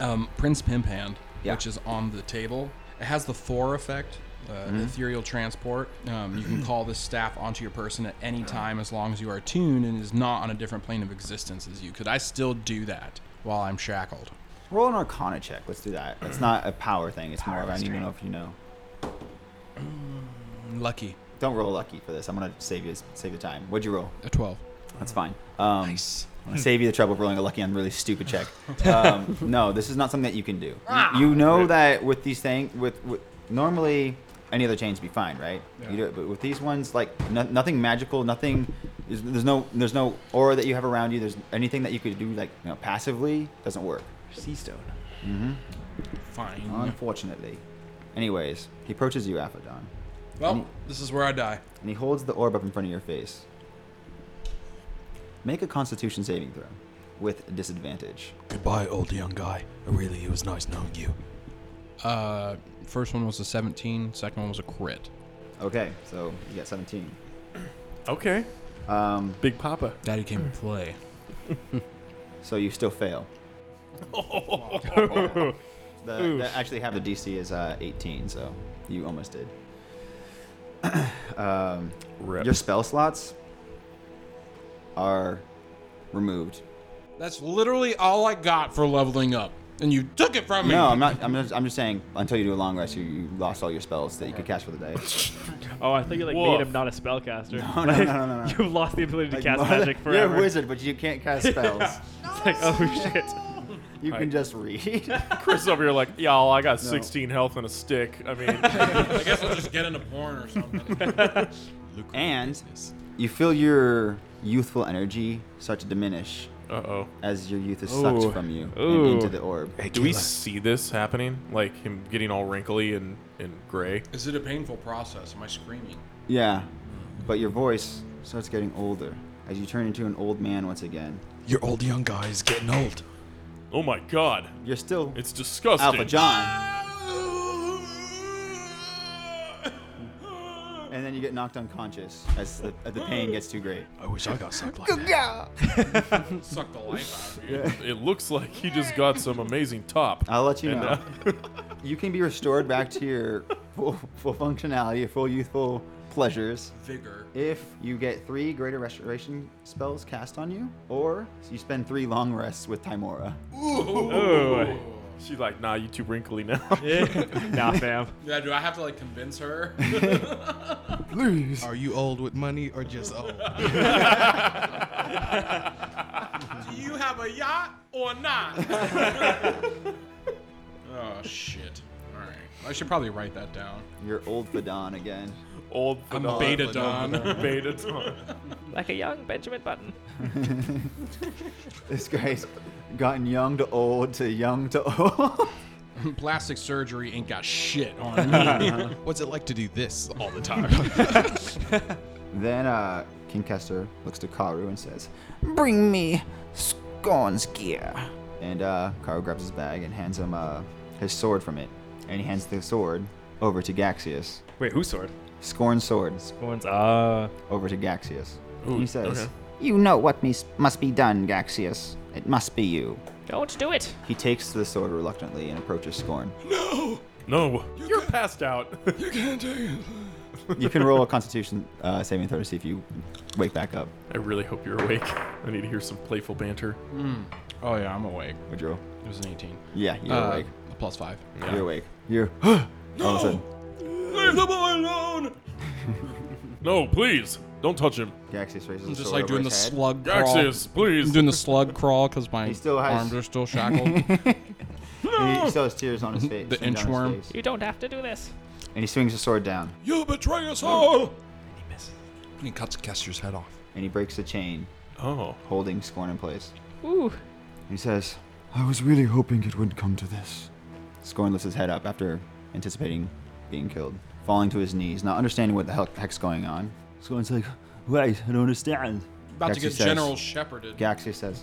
S1: Um, Prince Pimp Hand,
S2: Yeah.
S1: which is on the table. It has the Thor effect, uh,
S2: Mm-hmm.
S1: ethereal transport. Um, you can call this staff onto your person at any time as long as you are attuned and is not on a different plane of existence as you. Could I still do that while I'm shackled?
S2: Roll an Arcana check. Let's do that. It's not a power thing. It's more of I don't even know if you know.
S1: Lucky.
S2: Don't roll lucky for this. I'm gonna save you save the time. What'd you roll?
S1: A 12.
S2: That's fine. Um, nice. I'm gonna save you the trouble of rolling a lucky on a really stupid check. Um, no, this is not something that you can do. You, you know that with these things, with, with normally any other chains be fine, right? You do it, but with these ones, like no, nothing magical, nothing. There's, there's no there's no aura that you have around you. There's anything that you could do like you know passively doesn't work. Mm-hmm.
S8: Sea stone.
S1: Fine.
S2: Unfortunately. Anyways, he approaches you, Aphodon,
S1: Well, this is where I die.
S2: and he holds the orb up in front of your face. Make a Constitution saving throw with disadvantage.
S6: Goodbye, old young guy. Really, it was nice knowing you.
S1: Uh, first one was a 17, second one was a crit.
S2: Okay, so you got 17.
S4: Okay.
S2: Um,
S4: (laughs) Big Papa.
S1: Daddy came to play.
S2: so you still
S8: (laughs)
S2: fail. the, the, actually, have the DC is uh, 18, so you almost did. um,
S4: Rip.
S2: your spell slots are removed.
S1: That's literally all I got for leveling up. And you took it from me.
S2: No, I'm not. I'm just, I'm just saying. Until you do a long rest, you, you lost all your spells that you could cast for the
S8: (laughs)
S2: day. Oh,
S8: Oh, I think you like made him not a spellcaster. (laughs)
S2: No, no, no, no, no, no.
S8: You've lost the ability to
S2: Like,
S8: cast
S2: mother-
S8: (laughs) magic
S2: you're a
S8: forever.
S2: wizard, but you can't
S8: (laughs)
S2: cast spells.
S8: It's like, oh shit.
S2: You can just read.
S8: (laughs)
S4: Chris over here, like, y'all, I got
S2: No.
S4: 16 health and a stick.
S2: (laughs)
S4: I mean,
S1: I guess I'll just get into porn or something.
S2: and you feel your youthful energy start to diminish.
S4: Uh-oh.
S2: As your youth is sucked
S4: Ooh.
S2: from you and
S4: Ooh.
S2: into the orb.
S4: Do we see this happening? Like him getting all wrinkly and, and gray?
S1: Is it a painful process? Am I screaming?
S2: Yeah, but your voice starts getting older as you turn into an old man once again.
S12: Your old young guy is getting old.
S4: Oh my god.
S2: You're still.
S4: It's disgusting.
S2: Alpha
S4: (laughs)
S2: John. And then you get knocked unconscious as the, as the pain gets too
S4: (laughs)
S2: great.
S12: I wish I got sucked like
S1: (laughs) Suck the life out of
S4: It, it looks like he just got some amazing top.
S2: I'll let you
S4: And, uh,
S2: know. you can be restored back to
S4: (laughs)
S2: your full, full functionality, your full youthful pleasures.
S1: Vigor.
S2: If you get three greater restoration spells cast on you, or you spend three long rests with Timora.
S4: Oh, she's like, nah, you too wrinkly now.
S8: (laughs)
S4: (laughs)
S8: nah, fam.
S1: Yeah, do I have to like convince (laughs) her?
S12: Please. Are you old with money or just old?
S1: do you have a yacht or (laughs) not? oh shit. All right. I should probably write that down.
S2: You're old Fadon again. (laughs)
S4: Old
S1: I'm
S4: Fadon.
S1: Beta
S12: (laughs)
S1: Don.
S4: (laughs) Beta Don.
S8: Like a young Benjamin Button.
S2: This guy's gotten young to old to young to old. (laughs)
S1: Plastic surgery ain't got shit
S12: (laughs)
S1: on me.
S12: What's it like to do this all the time?
S2: Then uh, King Kester looks to Karu and says, Bring me Scorn's gear. And uh, Karu grabs his bag and hands him uh, his sword from it. And he hands the sword over to Gaxius.
S8: Wait, whose sword?
S2: Scorn's sword
S8: One's ah.
S2: over to Gaxius.
S4: Ooh,
S2: he says,
S4: okay.
S2: You know what mes- must be done, Gaxius. It must be you.
S8: Don't do it.
S2: He takes the sword reluctantly and approaches Scorn.
S4: No, you're passed out.
S2: (laughs) you can roll a constitution uh, saving throw to see if you wake back up.
S4: I really hope you're awake. I need to hear some playful banter.
S1: (laughs) oh yeah, I'm awake.
S2: Would you roll?
S1: It was an 18.
S2: Yeah, you're
S1: Uh,
S2: awake.
S1: Plus five.
S2: You're awake. You're. no! (gasps) All of a sudden,
S1: Leave the boy alone.
S4: No, please, don't touch him.
S2: Gaxius raises
S1: I'm
S2: the
S1: just
S2: sword
S1: like
S2: over
S1: doing the
S2: his head.
S1: slug crawl.
S4: Gaxius,
S1: I'm
S4: please.
S1: doing the slug crawl because my
S2: He still has-
S1: arms are
S2: (laughs)
S1: still shackled.
S2: And he still has tears on his face.
S1: (laughs) The
S2: streaming down his
S1: inchworm.
S2: face.
S8: You don't have to do this.
S2: And he swings his sword down
S1: you betray us all.
S12: he cuts Kester's head off.
S2: and he breaks the chain
S4: Oh,
S2: holding Scorn in place.
S8: Ooh.
S2: He says, I was really hoping it would come to this. Scorn lifts his head up after anticipating being killed, falling to his knees, not understanding what the hell heck's going on. Scorn's like, Wait, I don't understand.
S1: About to
S2: Gaxius
S1: get
S2: says-
S1: General Shepherded.
S2: Gaxius says,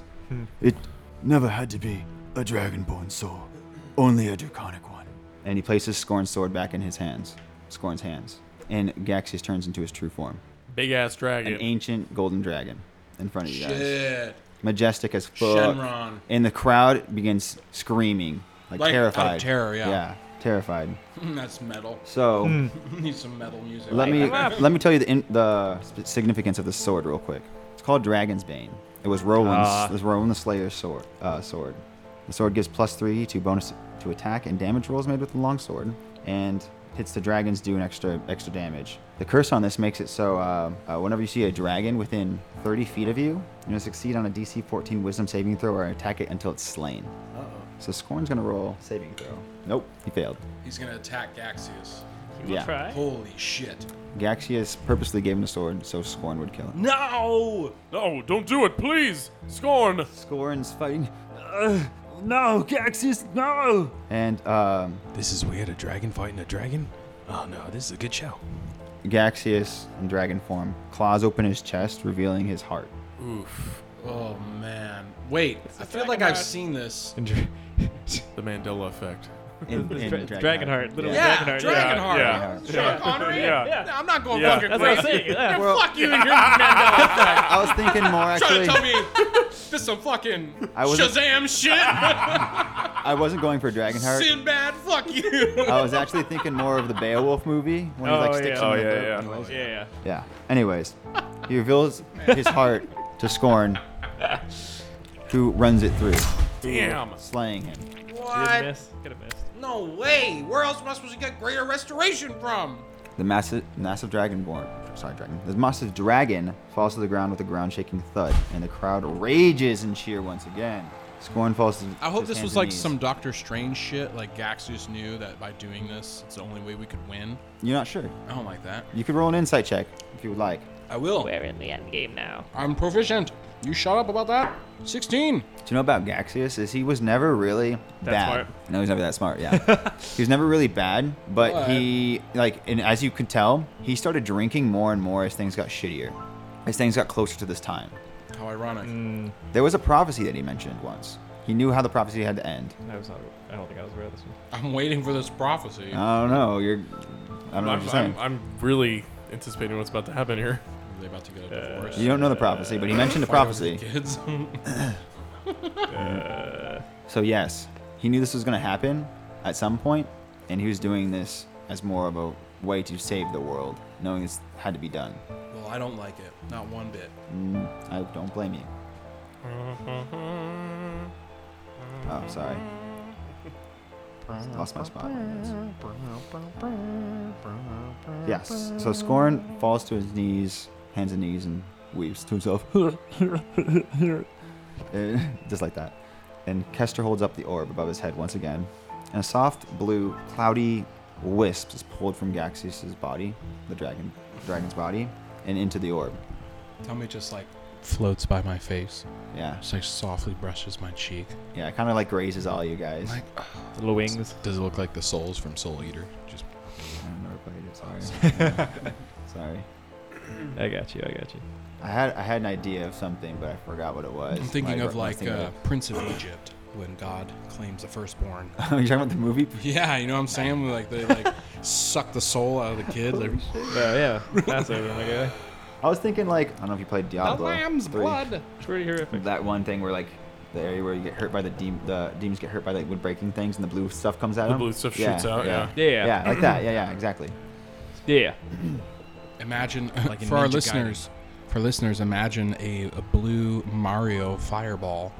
S15: It never had to be a dragonborn soul, only a draconic one.
S2: and he places Scorn's sword back in his hands, Scorn's hands. And Gaxius turns into his true form,
S4: big ass
S2: an
S4: dragon.
S2: ancient golden dragon in front of you guys.
S1: Shit.
S2: Majestic as fuck.
S1: Shenron.
S2: And the crowd begins screaming, like,
S1: Like, out of
S2: terrified.
S1: terror, yeah.
S2: Yeah, terrified.
S1: That's metal.
S2: So.
S1: Need some metal music.
S2: Let me
S8: I'm up.
S2: let me tell you the in, the sp- significance of this sword real quick. It's called Dragon's Bane. It was Roland's
S8: Ah.
S2: it was Roland the Slayer's sword. Uh, sword. The sword gives plus three to bonus to attack and damage rolls made with the longsword, and hits the dragons do an extra extra damage. The curse on this makes it so uh, uh, whenever you see a dragon within 30 feet of you, you're gonna succeed on a DC 14 Wisdom saving throw or attack it until it's slain. Uh-oh. So Scorn's gonna roll saving throw. Nope, he failed.
S1: He's gonna attack Gaxius.
S8: You will
S2: Yeah.
S8: try.
S1: Holy shit.
S2: Gaxius purposely gave him the sword so Scorn would kill him.
S1: No!
S4: No, don't do it, please. Scorn.
S2: Scorn's fighting,
S15: No, Gaxius, no!
S2: and um,
S12: This is weird. A dragon fighting a dragon? Oh no, this is a good show.
S2: Gaxius in dragon form claws open his chest, revealing his heart.
S4: Oof.
S1: Oh man. Wait, I feel like I've seen this.
S12: (laughs)
S4: The Mandela effect.
S2: In, in
S8: Dragonheart, literally
S2: Yeah.
S1: Yeah,
S8: Dragonheart,
S1: Dragonheart.
S4: yeah,
S1: Sean Connery?
S4: Yeah.
S1: No, I'm not going
S4: Yeah.
S1: fucking
S8: That's
S1: crazy.
S8: what I'm saying. Yeah.
S2: Well-
S1: Fuck you and your Mandela effect.
S2: I was thinking more
S1: Trying to
S2: actually.
S1: tell me this some fucking
S2: I wasn't-
S1: Shazam shit.
S2: I wasn't going for Dragonheart.
S1: Sinbad, fuck you.
S2: I was actually thinking more of the Beowulf movie when he like
S8: Oh,
S2: sticks
S8: yeah.
S2: him
S4: Oh
S2: in the
S4: yeah,
S2: throat.
S4: yeah.
S8: Yeah, yeah.
S2: Yeah. Anyways, he reveals his heart to Scorn, who runs it through,
S4: Damn.
S2: slaying him.
S8: Good
S16: What?
S8: miss. Could have missed.
S16: No way. Where else am I supposed to get greater restoration from?
S2: The massive, massive dragonborn, sorry, dragon. The massive dragon falls to the ground with a ground-shaking thud, and the crowd rages in cheer once again. Scorn falls to.
S1: I hope
S2: his
S1: this
S2: hands
S1: was
S2: and
S1: like
S2: knees.
S1: some Doctor Strange shit. Like Gaxus knew that by doing this, it's the only way we could win.
S2: You're not sure.
S1: I don't like that.
S2: You could roll an insight check if you would like.
S1: I will.
S8: We're in the end game now.
S1: I'm proficient. You shut up about that. Sixteen.
S2: Do you know about Gaxius? Is he was never really
S1: That
S2: bad.
S1: smart?
S2: No, he's never that smart. Yeah, (laughs) he was never really bad, but
S1: Alright.
S2: he like, and as you can tell, he started drinking more and more as things got shittier, as things got closer to this time.
S1: How ironic.
S2: There was a prophecy that he mentioned once. He knew how the prophecy had to end.
S8: I was not. I don't think I was aware of this one.
S1: I'm waiting for this prophecy.
S2: I don't know. You're. I don't know what
S4: I'm,
S2: you're saying.
S4: I'm, I'm really anticipating what's about to happen here.
S1: Are they about to get a divorce?
S2: You don't know the prophecy, but he mentioned the
S1: Fight over the
S2: prophecy.
S1: Kids. (laughs)
S2: So yes, he knew this was going to happen at some point, and he was doing this as more of a way to save the world, knowing this had to be done.
S1: well, I don't like it. Not one bit.
S2: Mm, I don't blame you. Oh, sorry. Lost my spot. Yes. So Scorn falls to his knees, hands and knees, and weeps to himself. (laughs) Uh, Just like that. And Kester holds up the orb above his head once again. And a soft blue, cloudy wisp is pulled from Gaxius' body, the dragon dragon's body, and into the orb.
S1: Tell me, just like floats by my face.
S2: Yeah.
S1: Just like softly brushes my cheek.
S2: Yeah, it kinda like grazes all you guys.
S8: Little wings.
S12: Does it look like the souls from Soul Eater? Just
S2: I've never played it. Sorry. (laughs) sorry.
S8: I got you. I got you.
S2: I had I had an idea of something, but I forgot what it was.
S1: I'm thinking
S2: My-
S1: of
S2: my
S1: like
S2: thing
S1: uh,
S2: was-
S1: Prince of Egypt when God claims the firstborn. (laughs)
S2: Are (laughs) you talking about the movie?
S1: Yeah, you know what I'm saying? When, Like they
S12: (laughs)
S1: like suck the soul out of the kid. Like,
S8: yeah, Passover, my guy.
S2: I was thinking like I don't know if you played Diablo. III.
S8: It's pretty horrific.
S2: That one thing where like the area where you get hurt by the demon, the demons get hurt by like wood breaking things, and the blue stuff comes out.
S4: The blue stuff shoots out,
S2: Yeah.
S4: yeah.
S2: yeah,
S4: Yeah.
S2: like that. Yeah, yeah, exactly.
S8: (laughs) Yeah.
S1: (laughs) Imagine
S2: Like in
S1: for our
S2: Ninja Gaiden.
S1: listeners, for listeners, imagine a, a blue Mario fireball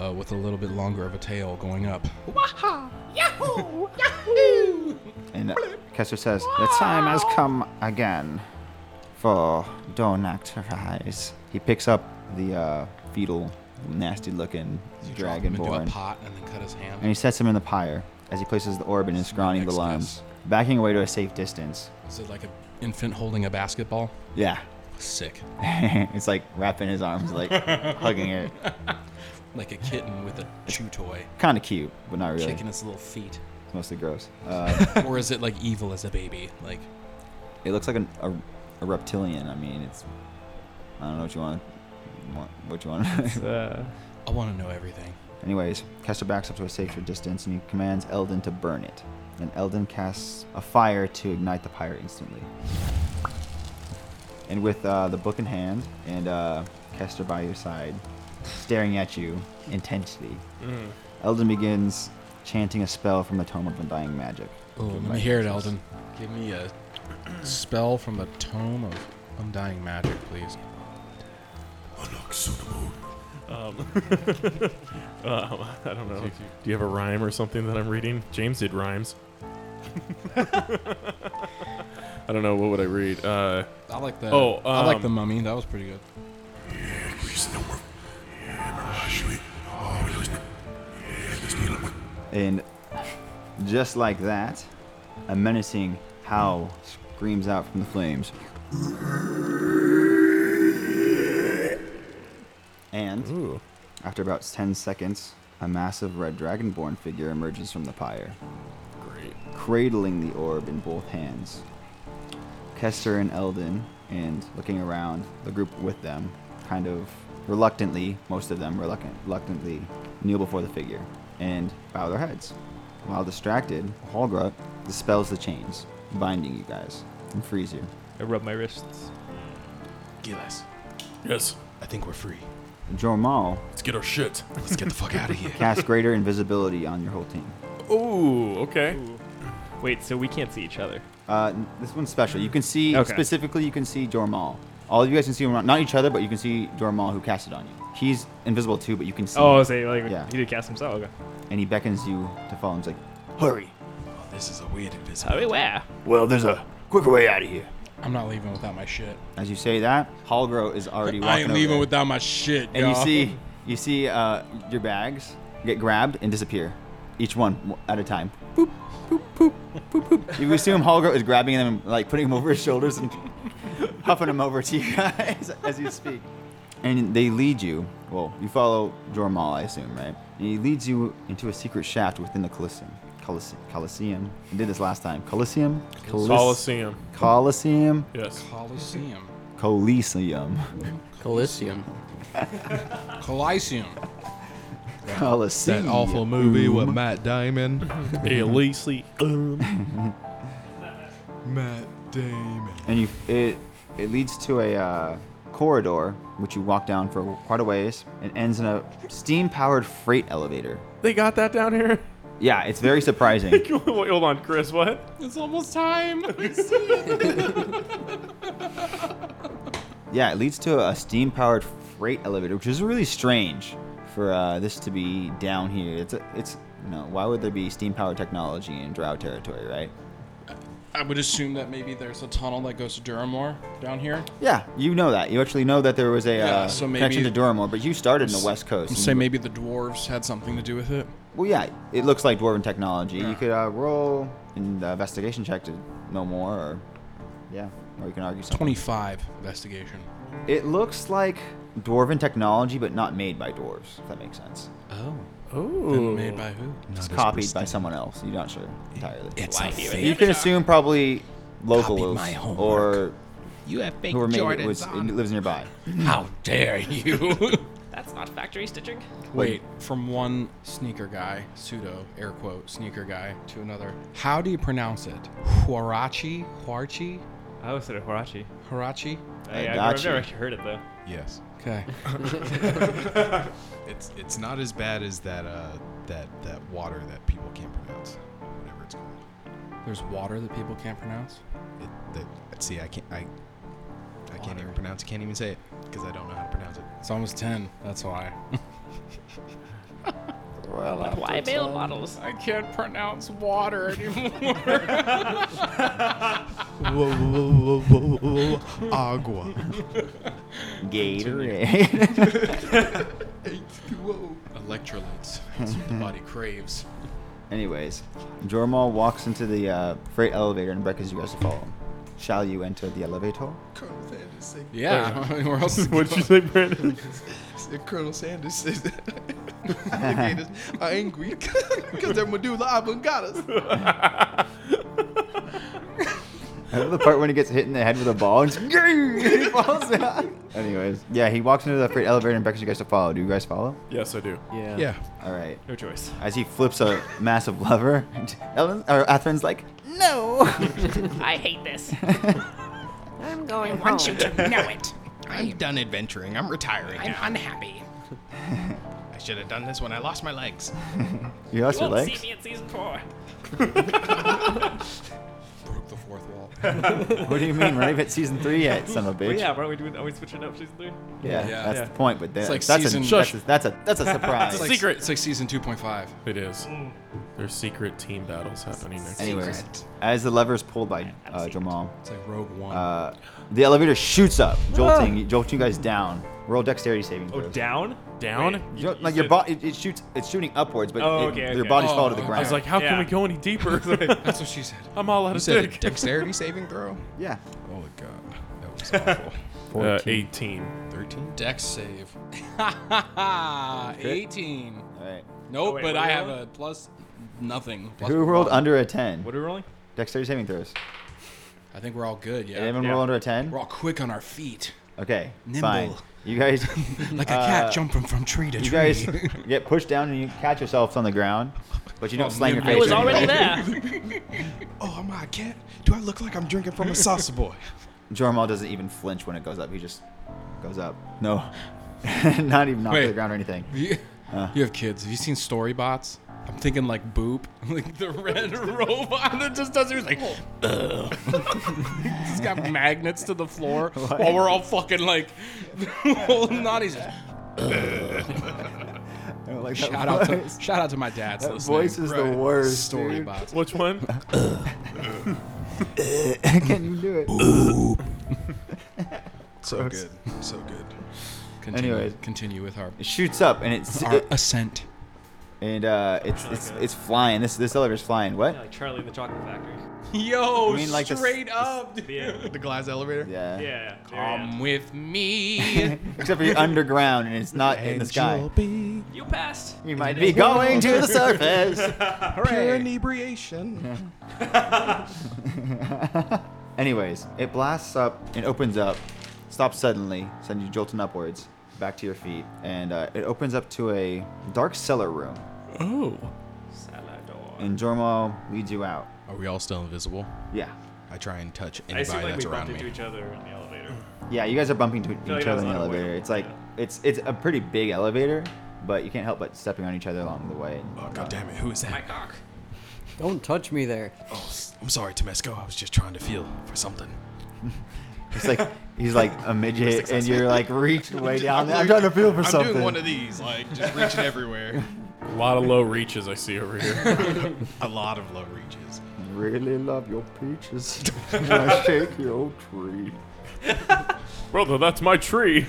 S1: uh, with a little bit longer of a tail going up.
S16: Waha! Yahoo! Yahoo!
S2: And uh, Kester says, "The time has come again for Donak to rise." He picks up the uh, fetal, nasty-looking
S1: Drop him into a
S2: dragonborn.
S1: pot and then cut his hand.
S2: and he sets him in the pyre as he places the orb in his scrawny glums, backing away to a safe distance.
S1: Is it like an infant holding a basketball?
S2: Yeah. (laughs)
S1: Sick.
S2: it's like wrapping his
S1: (laughs)
S2: arms, like hugging it.
S1: Like a kitten
S2: (laughs)
S1: with a chew toy.
S2: Kind of cute, but not really.
S1: Shaking its little feet.
S2: It's mostly gross. Uh,
S1: or is it like evil as a baby? Like
S2: it looks like an, a, a reptilian. I mean, it's. I don't know what you want. want what you want.
S8: uh,
S1: I want to know everything.
S2: Anyways, Kester backs up to a safer distance and he commands Eldon to burn it. And Eldon casts a fire to ignite the pyre instantly. And with uh, the book in hand and uh, Kester by your side, staring at you intensely,
S1: Mm.
S2: Eldon begins chanting a spell from the Tome of Undying Magic.
S1: Oh, let
S2: Given
S1: me
S2: by
S1: hear it,
S2: Xerxes.
S1: Eldon. Give me a spell from the tome of undying magic, please.
S4: Um, um, I don't know. Do you have a rhyme or something that I'm reading? James did rhymes. (laughs) I don't know. What would I read? Uh,
S1: I like the.
S4: Oh,
S1: I like the
S4: um,
S1: mummy. That was pretty good.
S2: And just like that, a menacing howl screams out from the flames. And after about 10 seconds, a massive red dragonborn figure emerges from the pyre, cradling the orb in both hands. Kester and Eldon, and looking around, the group with them, kind of reluctantly, most of them reluctant, reluctantly, kneel before the figure and bow their heads. While distracted, Holgrut dispels the chains, binding you guys, and frees you.
S8: I rub my wrists.
S12: Gilas.
S4: Yes.
S12: I think we're free.
S8: (laughs)
S2: Jormal
S4: Let's get our shit.
S12: Let's get the fuck out of
S1: (laughs)
S12: here.
S2: casts greater invisibility on your whole team.
S4: Ooh, okay.
S8: Wait, so we can't see each other.
S2: Uh, n- this one's special. You can see
S8: Okay.
S2: specifically. You can see Jormal. All of you guys can see him, around- not each other, but you can see Dormal who cast it on you. He's invisible too, but you can see.
S8: Oh,
S2: him.
S8: so he, like
S2: yeah.
S8: he did cast himself. Okay.
S2: And he beckons you to follow him. He's like, hurry.
S12: Oh, this is a weird invisible.
S8: Hurry, Oh, where?
S2: Well, there's a quicker way out of here.
S1: I'm not leaving without my shit.
S2: As you say that, Holgrow is already walking.
S1: I ain't
S2: over
S1: leaving
S2: there.
S1: without my shit,
S2: And you
S1: y'all.
S2: see, you see uh, your bags get grabbed and disappear, each one at a time. Boop, boop, boop, boop, boop. You assume Holgrow is grabbing them, and, like putting them over his shoulders and (laughs) huffing them over to you guys (laughs) as you speak. And they lead you. Well, you follow Jormal, I assume, right? And he leads you into a secret shaft within the Colosseum. Colosseum. Colosseum. We did this last time. Colosseum. Colis-
S4: Colosseum.
S2: Colosseum.
S4: Yes.
S1: Coliseum.
S2: Colosseum.
S5: Coliseum.
S1: Coliseum.
S2: Colosseum.
S12: That awful movie
S2: Mm-hmm.
S12: with
S1: (laughs)
S12: Matt Damon.
S4: Elise. (laughs)
S12: Matt Damon.
S2: and you it it leads to a uh, corridor which you walk down for quite a ways and ends in a steam-powered freight elevator.
S4: They got that down here.
S2: Yeah, it's very surprising.
S4: Wait, hold on, Chris. What?
S7: It's almost time.
S2: yeah, it leads to a steam-powered freight elevator, which is really strange for uh, this to be down here. It's a, it's you know why would there be steam-powered technology in Drow territory, right?
S1: I would assume that maybe there's a tunnel that goes to Duramore down here.
S2: Yeah, you know that. You actually know that there was a
S1: Yeah,
S2: uh,
S1: so maybe-
S2: connection to Duramore, but you started in the West Coast. and
S1: Say
S2: you-
S1: maybe the dwarves had something to do with it.
S2: Well, yeah, it looks like dwarven technology.
S1: Yeah.
S2: You could uh, roll an uh, investigation check to know more, or yeah, or you can argue something.
S1: Twenty-five investigation.
S2: It looks like dwarven technology, but not made by dwarves. If that makes sense. Oh.
S1: Then made by who?
S2: It's copied by someone else. You're not sure entirely.
S1: It's a
S2: You
S1: fake.
S2: can assume probably locals
S9: my homework.
S2: or
S9: You have fake
S2: who were made it
S9: Jordans
S2: was,
S9: on. (laughs)
S2: lives nearby.
S9: How dare you?
S8: That's not factory stitching.
S1: Wait, from one sneaker guy, pseudo air quote sneaker guy, to another. How do you pronounce it? Huarachi? Huarchi?
S8: I always said Horachi.
S1: Huarachi?
S8: I, I've never actually heard it though.
S12: Yes.
S1: (laughs) Okay.
S12: it's it's not as bad as that uh that that water that people can't pronounce, whatever it's called.
S1: There's water that people can't pronounce.
S12: It, that, see, I can't I I can't even pronounce. it. Can't even say it because I don't know how to pronounce it.
S1: It's almost 10. That's why.
S2: Well,
S8: But why male models?
S1: I can't pronounce water anymore.
S12: Whoa, whoa, whoa, whoa, whoa, whoa, agua.
S2: Gatorade.
S1: (laughs) Electrolytes. That's what the body craves.
S2: (laughs) Anyways, Jormal walks into the uh, freight elevator and beckons you guys to follow him. Shall you enter the elevator?
S12: Colonel Sanders said.
S1: Yeah. I (laughs) mean, where else is it
S4: What did you say,
S1: going?
S4: Brandon?
S12: Said Colonel Sanders says alligators are angry because their medulla oblongata.
S2: I love the part when he gets hit in the head with a ball and just, (laughs) he falls down. Anyways, yeah, he walks into the freight elevator and beckons you guys to follow. Do you guys follow?
S4: Yes, I do.
S5: Yeah.
S2: All right.
S8: No choice.
S2: As he flips a massive lever, (laughs) Ellen, or Atherin's like, No.
S8: I hate (laughs) this.
S10: I'm going Oh, I want you
S8: home.
S10: to know it.
S12: (laughs) I'm done adventuring. I'm retiring.
S10: I'm
S12: now.
S10: unhappy.
S12: (laughs) I should have done this when I lost my legs.
S2: you lost
S8: you
S2: your
S8: won't
S2: legs?
S8: see me in season four.
S1: Broke the fourth wall.
S2: what do you mean? We're not even at season three yet, son of a
S8: Well,
S2: bitch.
S8: (laughs) yeah, why are (laughs) we doing? Are we switching up season three?
S2: Yeah,
S1: Yeah.
S2: that's
S1: Yeah.
S2: the point. But
S1: It's
S2: that,
S1: like
S2: that's,
S1: season-
S2: a, that's, a, that's a that's
S8: (laughs)
S2: a surprise.
S1: It's like- It's like season 2.5.
S4: It is. There's secret team battles happening next.
S2: Anyways,
S4: season.
S2: as the lever is pulled by uh, Jamal,
S1: It's like Rogue One.
S2: uh, the elevator shoots up, jolting, jolting you guys down. Roll dexterity saving
S8: Oh,
S2: throws.
S8: down?
S4: Down?
S2: You don't- like your body, it, it shoots. It's shooting upwards, but it-
S8: Oh, okay,
S2: your
S8: okay.
S2: bodies fall to
S1: Oh,
S2: the
S1: okay.
S2: ground.
S4: I was like, how
S8: Yeah.
S4: can we go any deeper?
S1: (laughs) That's what she said.
S4: (laughs) I'm all out
S12: You
S4: of
S12: said a
S4: dick.
S12: dexterity saving throw?
S2: yeah,
S12: Oh my god, that was awful.
S1: (laughs)
S4: Uh, 18.
S12: 13?
S1: Dex (laughs) save. Ah, 18.
S2: all right.
S1: Nope,
S8: Oh, wait,
S1: but
S8: what
S1: I
S8: are
S1: have
S8: we
S1: a plus nothing. Plus
S2: Who
S1: one.
S2: rolled under a ten?
S8: What are we rolling?
S2: Dexterity saving throws.
S1: I think we're all good,
S2: Did
S1: yeah.
S2: Anyone
S8: Yeah.
S2: roll under a ten?
S1: We're all quick on our (laughs) feet.
S2: Okay,
S1: Nimble.
S2: fine. You guys,
S1: Like a cat
S2: Uh,
S1: jumping from tree to tree.
S2: you guys
S1: (laughs)
S2: get pushed down and you catch yourselves on the ground, but you don't slam your
S1: Oh, nimble.
S2: face.
S8: I was
S2: or
S8: already
S2: anything.
S8: there. (laughs)
S12: Oh, am I a cat? Do I look like I'm drinking
S1: (laughs)
S12: from a saucer boy?
S2: Jormal doesn't even flinch when it goes up. He just goes up. No, (laughs) not even knocked to
S1: Wait.
S2: the ground or anything.
S1: You, you have kids. Have you seen story bots? I'm thinking like boop, like the red (laughs) robot that just does it. He's like, "Ugh." (laughs) he's got magnets to the floor
S3: What?
S1: while we're all fucking like (laughs) holding on. He's just.
S2: like that
S1: shout out
S2: voice.
S1: to shout out to my dad's
S2: That
S1: listening.
S2: voice is the worst,
S1: Story
S2: dude.
S1: bots.
S4: Which one?
S2: Can you do it?
S1: So
S2: Gross.
S1: good. So good. Continue,
S2: Anyways.
S1: continue with our
S2: It shoots up and it's
S1: Our
S2: ascent. And uh, it's it's it's flying. This this elevator's flying. What?
S8: Like Charlie in the Chocolate (laughs) Factory.
S1: Yo,
S2: I mean, like the s-
S1: Oh, straight up, dude.
S12: The glass elevator?
S2: Yeah.
S8: Yeah.
S1: Come with me.
S2: Except for you're underground and it's not in the sky.
S8: You passed.
S2: You might be going to the surface.
S12: Pure inebriation.
S2: Anyways, it blasts up and opens up, stops suddenly, sends you jolting upwards, back to your feet, and uh, it opens up to a dark cellar room.
S4: Oh.
S2: And Jormo leads you out.
S12: Are we all still invisible?
S2: Yeah.
S12: I try and touch
S8: I
S12: anybody
S8: assume like
S12: that's
S8: we
S12: around
S8: bumped
S12: me.
S8: into each other in the elevator.
S2: Yeah, you guys are bumping to each
S8: feel like that
S2: other
S8: was
S2: in the
S8: unavoidable,
S2: elevator. It's like it's it's a pretty big elevator, but you can't help but stepping on each other along the way. Oh god
S12: damn it! Who is that?
S8: My cock.
S5: Don't touch me there.
S12: Oh, I'm sorry, Temesco. I was just trying to feel for something.
S2: It's like he's like a midget, and you're like reached way down. there. I'm trying to feel for something.
S12: these, like (laughs)
S2: just reaching everywhere.
S4: A lot of low reaches I see over here.
S12: a lot of low reaches.
S2: Really love your peaches. (laughs) Can I shake your old tree?
S4: (laughs) Brother, that's my tree.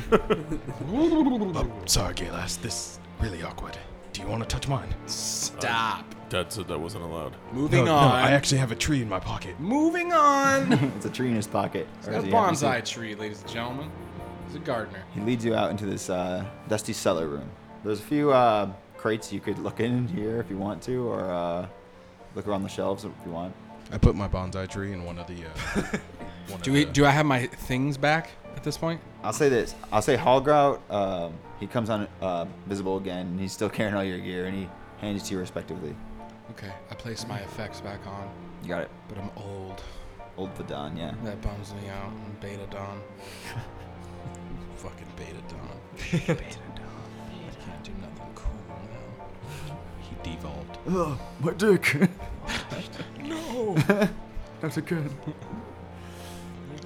S12: Oh, sorry, Galas. This really awkward. Do you want to touch mine?
S1: Stop.
S4: (laughs) Dad said that wasn't allowed.
S1: Moving
S12: No, no,
S1: on.
S12: I actually have a tree in my pocket.
S1: Moving on.
S2: it's a tree in his pocket.
S1: It's
S2: Or
S1: got
S2: does
S1: a
S2: he have to
S1: bonsai tree, ladies and gentlemen. He's a gardener.
S2: He leads you out into this uh, dusty cellar room. There's a few uh, crates you could look in here if you want to, or uh, look around the shelves if you want.
S12: I put my bonsai tree in one of the. Uh, one
S1: Do
S12: of
S1: we?
S12: the-
S1: Do I have my things back at this point?
S2: I'll say this. I'll say Hallgrout. Um, he comes on uh, visible again, and he's still carrying all your gear, and he hands it to you respectively.
S1: Okay, I placed my effects back on.
S2: You got it.
S1: But I'm old.
S2: Old Fadon, yeah.
S1: That bums me out. I'm beta don. (laughs) Fucking beta don. beta don. I can't do nothing cool now.
S12: He devolved.
S1: (laughs)
S15: Ugh, my dick.
S12: No.
S15: That's a good.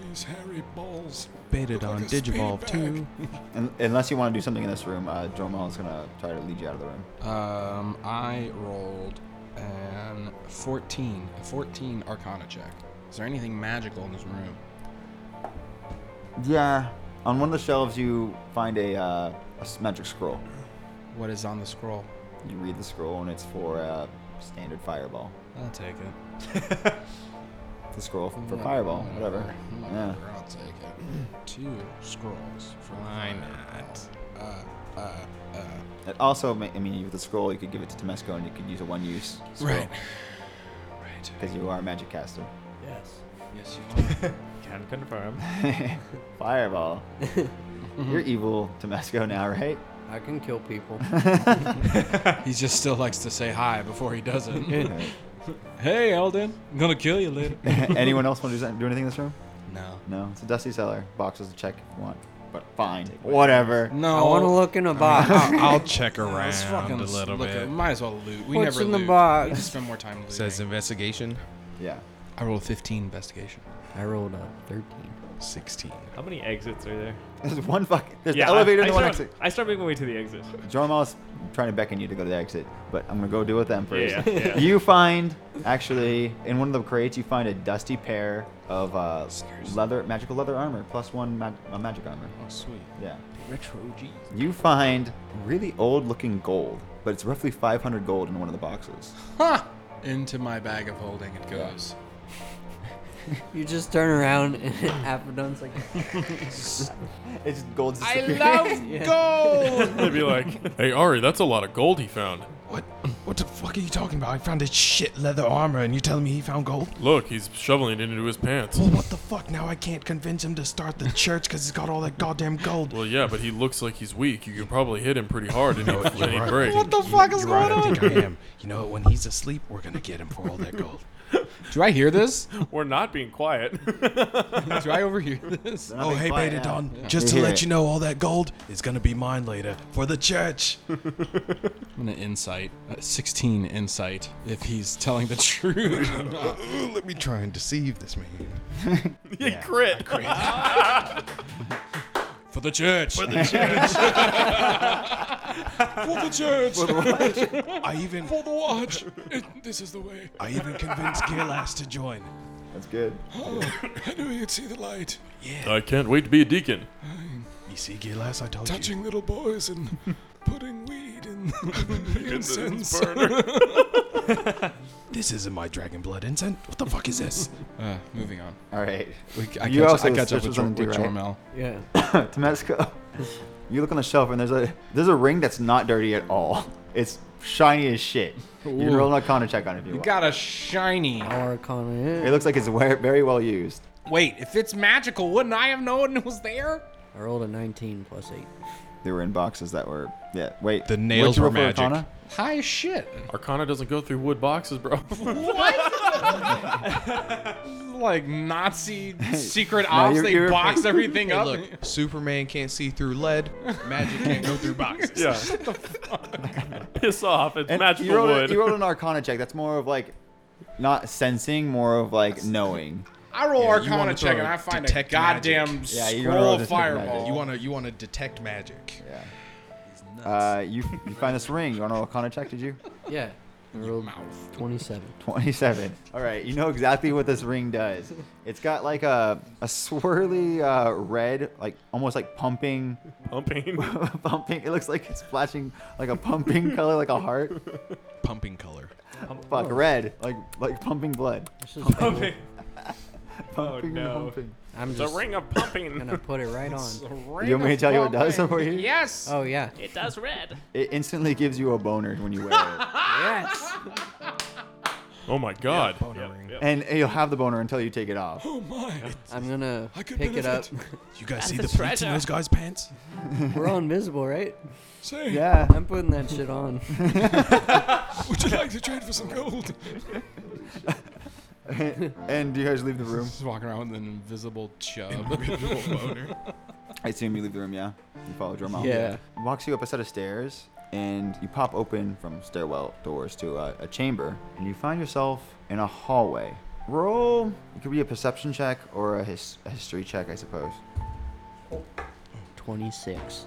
S12: These hairy balls.
S2: Beta
S12: Don like a Digivolve speed
S2: Un- unless you want to do something in this room, uh, Dromal is gonna try to lead you out of the room.
S1: Um, I rolled an 14, a 14 Arcana check. Is there anything magical in this room?
S2: Yeah. On one of the shelves, you find a, uh, a s- magic scroll.
S1: What is on the scroll?
S2: You read the scroll, and it's for a standard fireball.
S1: I'll take it.
S2: The scroll for fireball, whatever. Yeah.
S1: Whatever, I'll take it. Two scrolls for why not? Uh, uh, uh.
S2: It also, ma- I mean, with the scroll, you could give it to Temesco, and you could use a one-use scroll.
S1: Right.
S2: Right. Because you are a magic caster.
S5: Yes.
S1: Yes, you are.
S8: Can confirm.
S2: (laughs) Fireball. You're evil, Temesco, now, right?
S5: I can
S12: (laughs)
S5: kill people.
S1: he just still likes to say hi before he does
S12: (laughs)
S1: it. hey, Elden, I'm gonna kill you later.
S2: (laughs)
S1: (laughs)
S2: Anyone else want to do s- do anything in this room?
S1: No.
S2: No. It's a dusty cellar. Boxes to check if you want. But fine. Whatever.
S1: No.
S5: I want to look in a
S12: (laughs)
S5: box.
S12: I'll, I'll check around
S1: Let's fucking
S12: a little
S1: look
S12: bit.
S1: At, might as well loot. We
S5: What's
S1: never
S5: in the
S1: loot.
S5: box?
S1: We just spend more time looting.
S12: Says investigation.
S2: Yeah.
S1: I rolled 15 investigation.
S5: I rolled a 13.
S12: 16.
S8: (laughs) How many exits are there?
S2: There's one fucking. There's
S8: Yeah,
S2: the elevator
S8: I,
S2: and
S8: I
S2: the one
S8: start,
S2: exit.
S8: I start making my way to the exit.
S2: Jormal's trying to beckon you to go to the exit, but I'm gonna go deal with them first.
S8: Yeah, yeah,
S2: (laughs)
S8: yeah.
S2: you find actually in one of the crates you find a dusty pair of uh, leather magical leather armor plus one mag- uh, magic armor.
S1: Oh, sweet.
S2: Yeah.
S9: Retro G.
S2: You find really old looking gold, but it's roughly 500 gold in one of the boxes.
S1: Ha! Into my bag of holding it goes.
S5: You just turn around and (laughs) Apodon's like,
S2: It's gold.
S5: I
S2: love
S1: (laughs) gold.
S4: (laughs) They'd be like, (laughs) hey, Ari, that's a lot of gold he found.
S12: What? What the fuck are you talking about? I found his shit leather armor, and you telling me he found gold?
S4: Look, he's shoveling it into his pants.
S12: Well, what the fuck? Now I can't convince him to start the church because it's got all that goddamn gold.
S4: Well, yeah, but he looks like he's weak. You can probably hit him pretty hard
S12: (laughs)
S4: and he'd
S12: You're
S4: and he'd
S12: right, I
S4: break.
S12: (laughs) think- you- you're right, I think I am. You know what? When he's asleep, we're gonna get him for all that gold.
S1: Do I hear this?
S4: We're not being quiet.
S1: (laughs) Do I overhear this?
S6: Oh, hey, Beta Don. Just to let you know, all that gold is going to be mine later for the church.
S1: I'm gonna insight uh, 16 insight if he's telling the truth. or not.
S12: (laughs) Let me try and deceive this man.
S4: yeah, crit.
S1: For the church.
S12: (laughs) For the church.
S16: For the church.
S12: (laughs) For the watch. I even-
S16: For the
S12: (laughs)
S16: watch. It- this is the way.
S12: I even convinced Gillas to join.
S2: That's good.
S16: I knew you'd see the light.
S4: (laughs) I can't wait to be a deacon.
S12: You see, Gillas, I told
S16: Touching little boys
S12: (laughs)
S16: and putting weed in the
S12: Into this
S16: incense. (laughs)
S12: burner. this isn't my dragon blood incense. What the fuck is this?
S1: Uh, moving on.
S2: All right.
S1: We, I
S2: You
S1: catch,
S2: also
S1: I catch up with,
S2: switched with
S1: Jor-
S2: something
S1: with
S2: too, right?
S1: Jormel.
S5: Yeah.
S2: Temesco, you look on the shelf and there's a there's a ring that's not dirty at all. It's shiny as shit. You can
S1: Ooh.
S2: roll an Arcana check on it if you
S1: You
S2: want.
S1: got a shiny.
S2: It looks like it's we- very well used.
S1: Wait, if it's magical, wouldn't I have known it was there?
S2: I rolled a 19 plus 8. They were in boxes that were yeah. Wait, the
S12: nails were magic.
S1: High as shit.
S4: Arcana doesn't go through wood boxes, bro.
S1: like
S12: (laughs)
S1: Nazi secret
S12: No,
S1: ops,
S12: you're-
S1: they
S12: you're- (laughs)
S1: box everything
S12: Hey,
S1: up.
S12: look, Superman can't see through lead. Magic can't go through boxes.
S4: Yeah. Piss off. It's
S2: And
S4: magical
S2: you rolled, a-
S4: wood.
S2: you rolled an Arcana check. That's more of like not sensing, more of like knowing.
S1: I roll
S12: Yeah, you
S1: Arcana
S12: wanna
S1: check
S12: throw
S1: and
S12: a
S1: I find a
S12: detect
S1: goddamn
S12: magic.
S2: Yeah, you wanna roll
S1: scroll of
S2: detect magic.
S1: fireball.
S12: You want to you want to detect magic.
S2: Yeah. Uh, you you find this ring. You want to roll Arcana check? Did you?
S5: Yeah. I rolled 27.
S2: 27. All right, you know exactly what this ring does. It's got like a, a swirly uh, red, like almost like pumping.
S4: Pumping?
S2: (laughs) pumping. It looks like it's flashing like a
S4: (laughs)
S2: pumping color, like a heart.
S12: Pumping color.
S4: Oh.
S2: Fuck, red. Like like pumping blood.
S4: Pumping.
S2: Pumping,
S4: oh, no.
S2: pumping.
S5: I'm
S4: It's a
S5: just
S4: ring of pumping.
S5: gonna put it right on.
S1: (laughs)
S2: You want me to tell you what it does over here?
S1: Yes.
S5: Oh yeah.
S8: It does red.
S2: It instantly gives you a boner when you wear it.
S5: yes.
S4: (laughs) Oh my god.
S2: And you'll have the boner until you take it off.
S16: Oh my.
S5: I'm gonna
S16: I could
S5: pick it up.
S16: benefit.
S6: You guys see the
S5: That's a
S6: pleats in
S5: treasure.
S6: those guys' pants?
S5: (laughs) We're all invisible, right?
S16: Say.
S2: Yeah.
S5: I'm putting that shit (laughs) on.
S16: Would you like to trade for some gold?
S2: (laughs) and do you guys leave the room?
S1: Just walking around with an invisible chub.
S2: Invisible boner. I assume you leave the room, yeah? You follow Drumel.
S1: Yeah.
S2: Walks you up a set of stairs, and you pop open from stairwell doors to a, a chamber, and you find yourself in a hallway. Roll. It could be a perception check or a, his, a history check, I suppose.
S5: 26.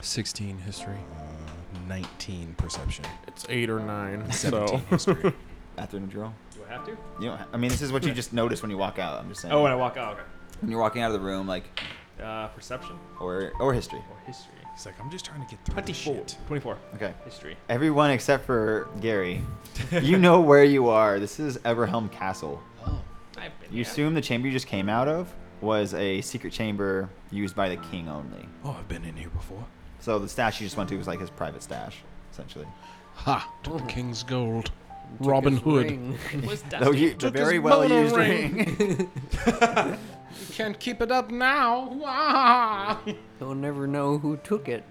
S1: 16 history.
S12: 19 perception.
S4: It's eight or nine. So.
S12: 17 history.
S2: After the drill.
S8: Do I have to?
S2: You don't ha- I mean, this is what you just notice when you walk out. I'm just saying.
S8: Oh, when I walk out.
S2: When you're walking out of the room, like,
S8: Okay. Uh, perception
S2: or or history.
S8: or history?
S12: It's like I'm just trying to get through this
S8: 24.
S12: shit.
S8: 24.
S2: Okay.
S8: History.
S2: Everyone except for (laughs) Gary, you know where you are. This is Everhelm Castle.
S8: I've been
S2: You assume the chamber you just came out of was a secret chamber used by the king only.
S12: Oh, I've been in here before.
S2: So the stash you just went to was like his private stash, essentially.
S1: (laughs) Ha! Took the king's gold. Robin
S5: (laughs)
S1: Hood.
S8: (laughs) Was
S2: Though you, the
S1: Took his
S2: very well
S1: boner
S2: used ring. (laughs)
S1: Can't keep it up now. (laughs)
S5: He'll never know who took it.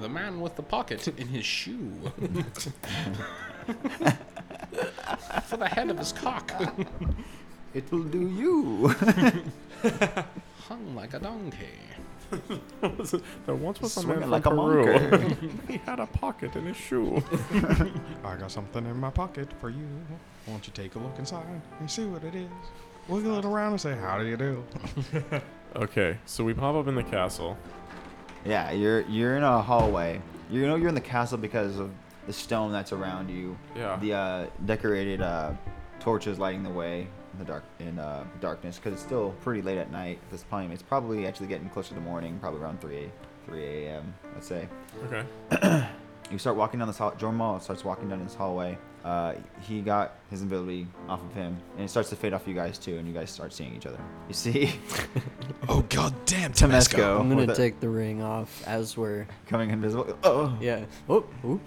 S1: the man with the pocket in his shoe. (laughs) For the head of his cock.
S2: It'll do you.
S1: Hung like a donkey.
S4: there once was a man
S2: Swinging
S4: from
S2: like a
S4: Peru.
S2: monker.
S4: (laughs) he had a pocket in
S2: (laughs)
S4: his shoe.
S12: I got something in my pocket for you. Won't you take a look inside and see what it is? Wiggle it around and say, "How do you do?"
S4: okay, so we pop up in the castle.
S2: Yeah, you're you're in a hallway. You know you're in the castle because of the stone that's around you.
S4: Yeah.
S2: The uh, decorated uh, torches lighting the way in the dark in uh, darkness because it's still pretty late at night. At this time, it's probably actually getting closer to morning, probably around three three a.m. Let's say.
S4: Okay.
S2: (clears throat) You start walking down this hall. Jordan Mall starts walking down this hallway. Uh, he got his invisibility off of him, and it starts to fade off you guys too, and you guys start seeing each other. You see,
S12: (laughs)
S2: (laughs)
S12: Oh god damn,
S2: Temesco.
S1: Oh,
S12: Temesco.
S5: I'm gonna
S2: with it
S5: take the ring off as we're.
S2: coming invisible. Oh,
S5: Yeah. Oh. oop.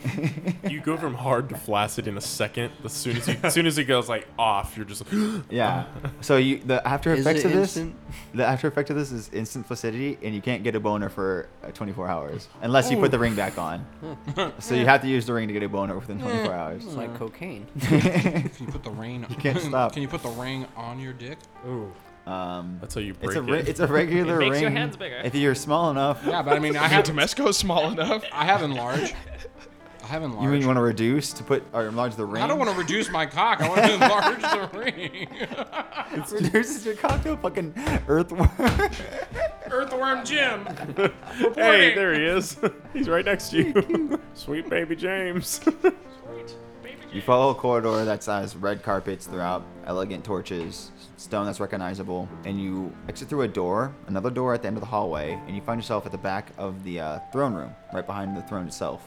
S4: You go from hard to flaccid in a second. As soon as, you, as soon as it goes like off, you're just like, (gasps)
S1: (laughs)
S2: Yeah. So you the after
S5: Is
S2: effects
S5: it
S2: of this,
S5: instant?
S2: the after effect of this is instant flaccidity, and you can't get a boner for uh, 24
S5: Oh. (laughs)
S2: hours unless you put the ring back on. so you have to use the ring to get a boner within 24 hours.
S5: It's like cocaine.
S1: can you put the rain? (laughs)
S2: You can't stop.
S1: Can you put the ring on your dick?
S4: Ooh.
S2: Um,
S4: That's how you
S2: it's a
S4: break
S2: re-
S4: it.
S2: it's a regular
S4: It makes
S2: ring.
S4: your hands bigger.
S2: If you're small enough,
S1: Yeah, but I mean, I
S4: Is
S1: have
S12: Temesco small enough.
S1: I have enlarge. I have enlarge.
S2: you mean you want to reduce to put or enlarge the ring?
S1: I don't
S2: (laughs)
S1: want to reduce my cock. I want to (laughs) enlarge the ring.
S2: to reduce your cock to a fucking earthworm.
S1: Earthworm
S2: (laughs)
S1: Jim.
S4: (laughs) hey, there he is. (laughs) He's right next to you. (laughs) Sweet baby James.
S2: You follow a corridor that has red carpets throughout, elegant torches, stone that's recognizable, and you exit through a door, another door at the end of the hallway, and you find yourself at the back of the uh, throne room, right behind the throne itself.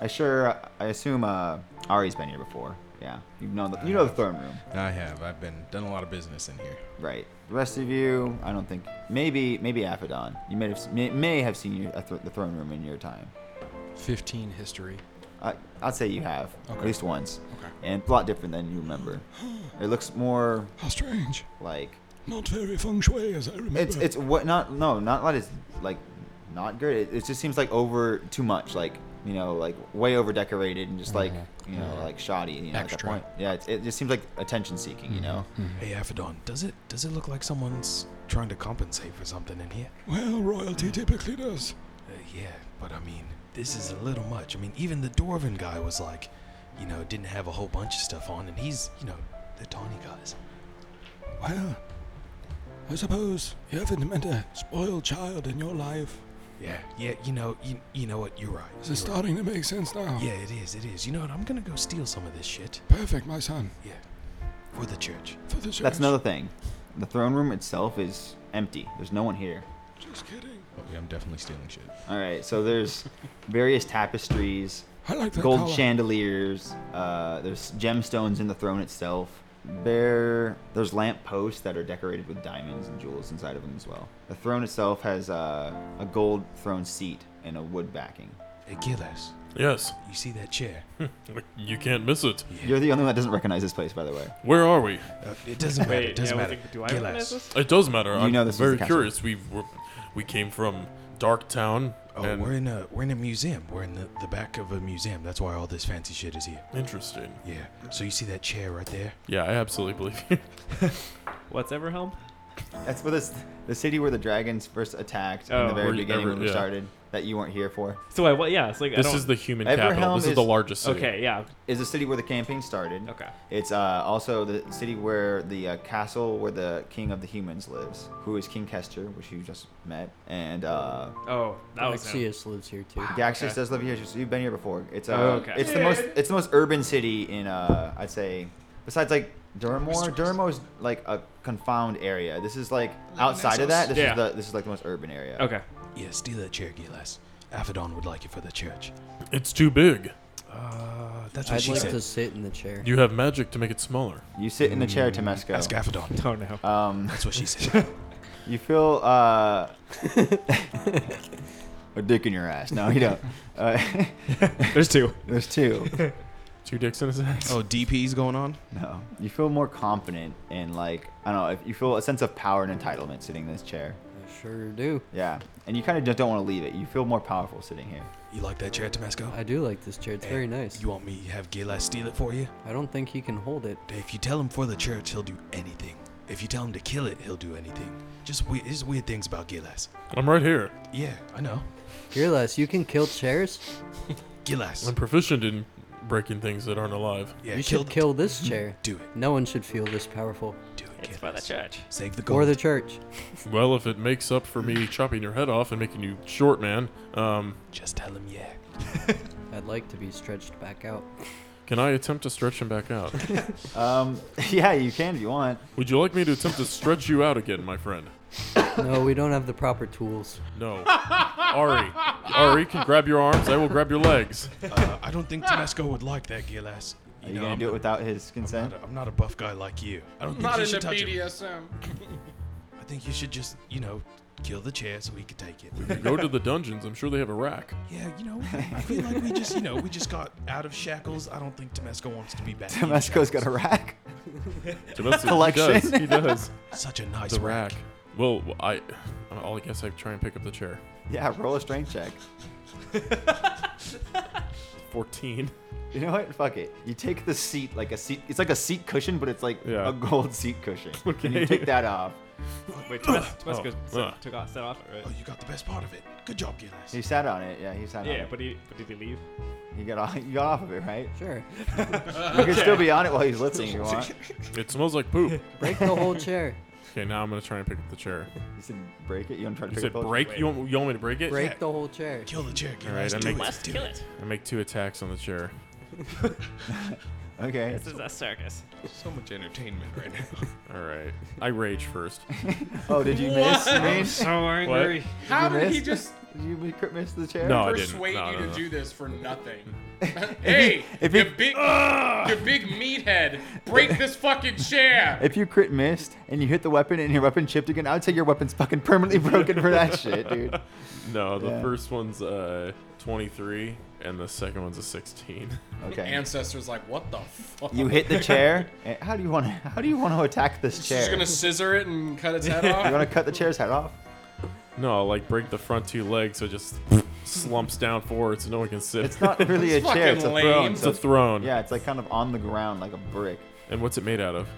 S2: I sure, I assume uh, Ari's been here before. Yeah, you know the you know the throne room.
S12: I have. I've been done a lot of business in here.
S2: Right. The rest of you, I don't think. Maybe maybe Aphodon. You may have may, may have seen you at th- the throne room in your time.
S1: Fifteen history.
S2: I, I'd say you have at
S1: Okay.
S2: least once.
S1: Okay.
S2: And a lot different than you remember. It looks more.
S17: How strange.
S2: Like
S17: Not very feng shui as I remember.
S2: it's it's what not no not like it's like not good. It, it just seems like over too much. Like you know like way over decorated and just like
S17: Mm-hmm.
S2: you know
S12: Mhm.
S2: like shoddy. You know, at that
S12: Extra.
S2: point. Yeah. It, it just seems like attention seeking. You know.
S17: Mm-hmm.
S12: Hey, Aphodon, does it does it look like someone's trying to compensate for something in here? Hmm.
S17: Well, royalty typically does.
S12: Uh, yeah, but I mean, this is a little much. I mean, even the dwarven guy was like, you know, didn't have a whole bunch of stuff on, and he's, you know, the tawny guys.
S17: Well, I suppose you haven't met a spoiled child in your life.
S12: Yeah, yeah, you know, you, you know what? You're right.
S17: This
S12: you're
S17: is starting
S12: right.
S17: to make sense now.
S12: Yeah, it is. It is. You know what? I'm gonna go steal some of this shit
S17: Perfect, my son.
S12: Yeah. for the church.
S17: For the church.
S2: That's another thing. The throne room itself is empty. There's no one here.
S17: Just kidding.
S12: Okay, Oh, I'm definitely stealing shit.
S2: All right, so
S8: (laughs)
S2: there's various tapestries,
S17: I like that
S2: gold
S17: color.
S2: chandeliers. Uh, there's gemstones in the throne itself. There, there's lamp posts that are decorated with diamonds and jewels inside of them as well. The throne itself has uh, a gold throne seat and a wood backing.
S12: Hey, Gilles,
S4: (laughs) Yes.
S12: you see that chair?
S4: You can't miss it.
S2: You're the only one that doesn't recognize this place, by the way.
S4: Where are we?
S12: Uh, it (laughs) doesn't matter. It doesn't matter. Gilles.
S4: It does matter.
S2: You
S4: I'm
S2: know this is the
S4: very
S2: castle.
S4: curious. We were, we came from Dark Town.
S12: Oh,
S4: and
S12: we're in a we're in a museum. We're in the, the back of a museum. That's why all this fancy shit is here.
S4: Interesting.
S12: Yeah. So you see that chair right there?
S4: Yeah, I absolutely believe you.
S8: What's Everhelm?
S2: That's where this, the city where the dragons first attacked in the
S8: Oh.
S2: very
S8: Where you-
S2: beginning
S4: ever-
S2: when we
S4: yeah.
S2: started. That you weren't here for.
S8: So I, what? Yeah, it's like I
S4: This
S8: don't-
S4: is the human capital.
S2: Everhelm
S4: This is, the largest city.
S8: Okay, yeah.
S2: Is the city where the campaign started.
S8: Okay.
S2: It's uh, also the city where the uh, castle where the king of the humans lives, who is King Kester, which you just met, and uh,
S8: Oh, that was him.
S5: Alexius lives here too.
S2: Gaxius does live here. so You've been here before. It's uh,
S5: Ah, Oh, okay.
S2: it's the most it's the most urban city in uh, I'd say besides like Durmore. Durmore's like a confound area. This is like outside of that. This
S8: Yeah.
S2: is the this is like the most urban area.
S8: Okay.
S12: Yeah, steal that chair, Gilles. Aphodon would like it for the church.
S4: It's too big.
S12: Uh, that's what
S5: I'd
S12: she
S5: like
S12: said.
S5: to sit in the chair.
S4: You have magic to make it smaller.
S2: You sit in the chair, Temesco.
S12: Ask (laughs) Aphodon.
S8: Oh no.
S2: Um,
S12: That's what she said.
S2: You feel
S8: (laughs)
S2: uh, a dick in your ass. No, you
S8: (laughs)
S2: don't. Uh,
S8: There's two.
S2: there's
S8: (laughs)
S2: two.
S4: Two dicks in his ass.
S12: (laughs) oh, DP's going on.
S2: No. You feel more confident and like I don't know. if You feel a sense of power and entitlement sitting in this chair.
S5: I sure do.
S2: Yeah, and you kind of just don't want to leave it. You feel more powerful sitting here. (laughs)
S12: You like that chair, Tabasco?
S5: I do like this chair. It's very nice.
S12: You want me to have Gilles steal it for you?
S5: I don't think he can hold it.
S12: If you tell him for the church, he'll do anything. If you tell him to kill it, he'll do anything. Just weird, just weird things about Gilles.
S4: I'm right here.
S12: Yeah, I know.
S5: Fearless, you can kill chairs.
S12: Gilles.
S4: I'm proficient in breaking things that aren't alive.
S12: Yeah, Mm-hmm.
S5: you
S12: kill
S5: should kill this chair.
S12: Do it.
S5: No one should feel this powerful.
S12: Do it,
S8: It's for the
S12: Gilles.
S8: church.
S12: Save the
S5: Or
S12: gold.
S5: the church.
S4: Well, if it makes up for me chopping your head off and making you short, man, um,
S12: Just tell him yeah.
S5: I'd like to be stretched
S12: (laughs)
S5: back out.
S4: can I attempt to stretch him back
S8: (laughs)
S4: out?
S2: Um, yeah, you can if you want.
S4: Would you like me to attempt to stretch you out again, my friend?
S5: No, we don't have the proper tools.
S4: No. Ari. Ari can grab your arms. I will grab your legs.
S12: Uh, I don't
S8: Ah!
S12: think Tabasco would like that, Gilles.
S2: Are you
S12: know,
S2: gonna
S12: I'm
S2: do it
S12: not-
S2: without his
S12: I'm
S2: consent? (laughs)
S12: not, a, I'm not a buff guy like you. I don't think
S1: Not
S12: you
S1: into
S12: should touch him.
S1: BDSM.
S12: I think you should just, you know, kill the chair so we can take it.
S4: Go to the dungeons. I'm sure they have a rack.
S12: Yeah, you know, I feel like we just, you know, we just got out of shackles. I don't think Temesco wants to be back. in
S2: Temesco's got a
S12: shackles.
S2: rack. (laughs)
S8: (laughs)
S4: Domestic-
S2: Collection.
S4: He does. He does.
S12: Such a nice
S4: The
S12: rack.
S4: rack. Well, I, I'll I guess I try and pick up the chair.
S2: Yeah, roll a strength check.
S4: 14.
S2: You know what? Fuck it. You take the seat like a seat. It's like a seat cushion, but it's like a gold seat cushion. And you take that off.
S8: Wait, (sighs) Tomas- Tomasco set- took off, set off, right?
S12: Oh, you got the best part of it. Good job, Gillis. (laughs)
S2: He sat on it. Yeah, he sat on it.
S8: Yeah, but he but did he leave?
S2: You got off, you got off of it, right?
S5: Sure.
S2: you can still be on it while he's listening if you want.
S4: It smells like
S2: (laughs)
S4: poop.
S5: Break the
S12: (laughs)
S5: whole chair.
S4: Okay, now I'm gonna try and pick up the chair.
S2: You said break it. You want to try to
S4: You
S2: pick
S4: said
S2: up the
S4: break.
S2: chair?
S4: You want, you want me to break it?
S5: Break the whole chair.
S12: Kill the chair.
S4: All right, I make
S8: Let's kill it.
S4: I make two attacks on the chair.
S2: okay.
S8: This is a circus.
S12: So much entertainment right now.
S4: All right. I rage
S2: (laughs)
S4: first.
S2: Oh, did you miss?
S16: What?
S2: Rain?
S8: (laughs)
S16: I'm so
S4: angry. What?
S2: you
S16: How did he
S2: miss?
S16: just-
S2: Did you mi- miss the chair?
S4: No, I didn't.
S16: persuade
S4: No,
S16: you
S4: no,
S16: to
S4: no.
S16: do this for
S2: (laughs)
S16: nothing. hey,
S2: if
S16: you
S2: he- Ah!
S16: big, you big meathead, break this fucking chair.
S2: If you crit missed and you hit the weapon and your weapon chipped again, I would say your weapon's fucking permanently (laughs) broken for that shit, dude.
S4: No, the
S2: Yeah.
S4: first one's uh 23 and the second one's a 16.
S2: Okay.
S16: Ancestors like, what the fuck?
S2: You hit the chair. and How do you want to? How do you want to attack this chair?
S16: She's gonna scissor it and cut its head
S2: (laughs) You
S16: off.
S2: want to cut the chair's head off?
S4: (laughs) No, I'll, like break the front two legs so it just slumps down forward so no one can sit.
S2: It's not really a chair. It's a throne.
S4: It's
S2: so
S4: a throne.
S2: Yeah, it's like kind of on the ground, like a brick.
S4: And what's it made out of?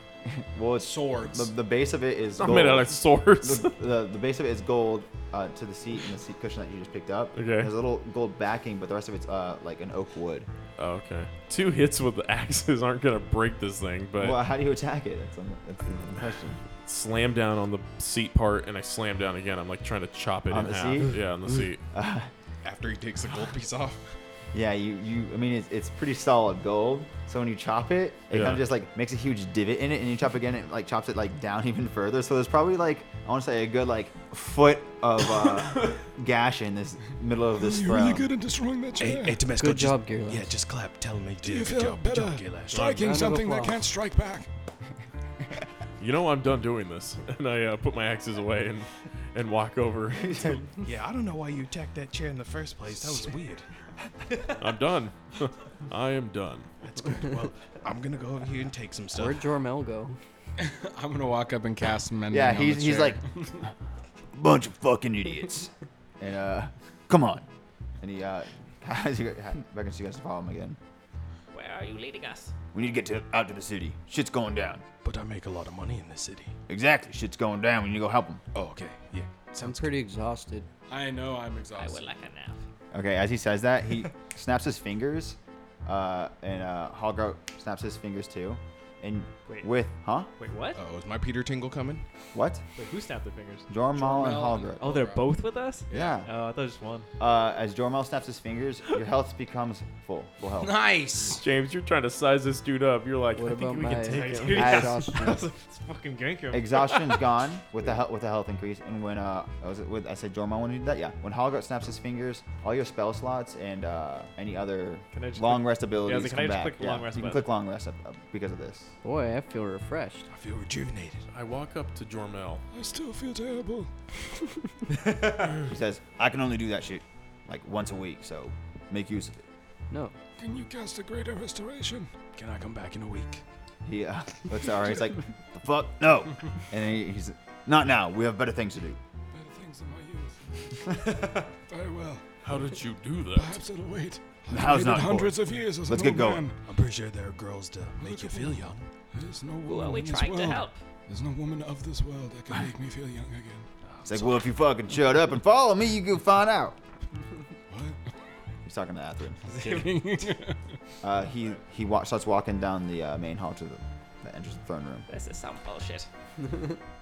S2: Well, it's
S16: Swords.
S2: The, the base of it is
S4: not
S2: gold.
S4: made
S2: (laughs)
S4: out of swords. (laughs)
S2: The, the, the base of it is gold uh, to the seat and the seat cushion that you just picked up.
S4: Okay.
S2: There's a little gold backing, but the rest of it's uh, like an oak wood.
S4: Oh, okay. Two hits with the axes aren't gonna break this thing, but
S2: Well, how do you attack it? That's, un- that's the question.
S4: slam down on the seat part and I slam down again. I'm like trying to chop it
S2: On
S4: in
S2: the
S4: half.
S2: seat?
S4: Yeah, on the seat.
S2: Uh,
S12: After he takes the gold piece off.
S2: yeah, you, you. I mean, it's, it's pretty solid gold. So when you chop it, it
S4: Yeah.
S2: kind of just like makes a huge divot in it, and you chop again, it like chops it like down (laughs) even further. So there's probably like I want to say a good like foot of uh, gash in this middle of this
S17: You're
S2: throne.
S17: really good at destroying that
S12: Hey,
S17: chair.
S12: hey, Tomesco,
S5: Good
S12: just,
S5: job, Gearlash.
S12: Yeah, just clap. Tell him you
S17: Do
S12: did
S17: you
S12: a good
S17: feel
S12: job. Good
S17: better
S12: job, Gillis.
S17: striking
S5: Round of
S17: something that
S5: applause.
S17: can't strike back?
S4: You know I'm done doing this, (laughs) and I uh, put my axes away and and walk over.
S12: Yeah, I don't know why you attacked that chair in the first place. That was weird.
S4: I'm done. (laughs) I am done.
S12: That's good. Well, I'm gonna go over here and take some stuff.
S5: Where'd Jormel go?
S1: I'm gonna walk up and cast mending.
S2: Yeah,
S1: on the
S2: he's, he's
S1: chair.
S2: like, bunch of fucking idiots. And, uh, come on. And he, uh, (laughs) has you, beckons you guys to follow him again.
S8: Where are you leading us?
S2: We need to get to, out to the city. Shit's going down.
S12: But I make a lot of money in this city.
S2: Exactly. Shit's going down. We need to go help him.
S12: Oh, okay. Yeah.
S5: I'm pretty exhausted.
S16: I know I'm
S8: I would
S16: exhausted.
S8: like a nap.
S2: Okay, as he says that, he (laughs) snaps his fingers, uh, and, uh, Hallgrout snaps his fingers too. And
S8: Wait.
S2: with, huh?
S8: Wait, what?
S12: Oh, is my Peter Tingle coming?
S2: What?
S8: Wait, who snapped the fingers?
S2: Jormal and
S1: Jormel and-
S2: Hallgrout.
S8: Oh, they're both with us?
S2: Yeah.
S8: Oh, I thought just (laughs) one.
S2: Uh, as Jormal snaps his fingers, your health becomes full. Full health.
S16: Nice.
S4: James, you're trying to size this dude up. You're like,
S5: What
S4: I think
S5: about
S4: we
S5: my
S4: can
S5: (laughs)
S4: take him.
S8: Dude,
S12: (laughs)
S2: As-
S8: yeah.
S5: exhaustion?
S8: Let's fucking gank him.
S2: Exhaustion's gone with the hel- with the health increase, and when uh I was it with I said Jorma when you did that, yeah. When Holgart snaps his fingers, all your spell slots and uh any other
S8: Can I just
S2: long
S8: click-
S2: rest abilities
S8: Yeah, I was like,
S2: come
S8: can I just
S2: back.
S8: click the
S2: yeah,
S8: long rest
S2: you can
S8: button?
S2: click long rest up, up because of this.
S5: Boy, I feel refreshed.
S12: I feel rejuvenated.
S4: I walk up to Jormel.
S17: I still feel terrible.
S2: He says, "I can only do that shit like once a week, so make use of it."
S5: No.
S17: Can you cast a greater restoration?
S12: Can I come back in a week?
S2: He uh, (laughs) looks at her. He's like, "The fuck no," and then he, he's not now. We have better things to do. (laughs)
S17: Better things in my youth. Very well.
S4: How did you do
S12: (laughs)
S4: that?
S17: Perhaps it'll wait. I've
S2: The house
S17: waited
S2: not important.
S17: hundreds of years as
S2: Let's
S17: an
S2: get
S17: old
S2: going.
S17: man.
S12: I'm pretty sure there are girls to make
S17: Little
S12: you feel
S17: woman.
S12: young.
S17: There's no
S8: Who
S17: woman
S8: are we
S17: in this
S8: trying to
S17: world.
S8: help?
S17: There's no woman of this world that can make me feel young again.
S2: It's like, well, if you fucking shut up and follow me, you can find out.
S17: What?
S2: He's talking to Athrun. (laughs) Uh, he he wa- starts walking down the uh, main hall to the, the entrance of the throne room.
S8: This is some bullshit.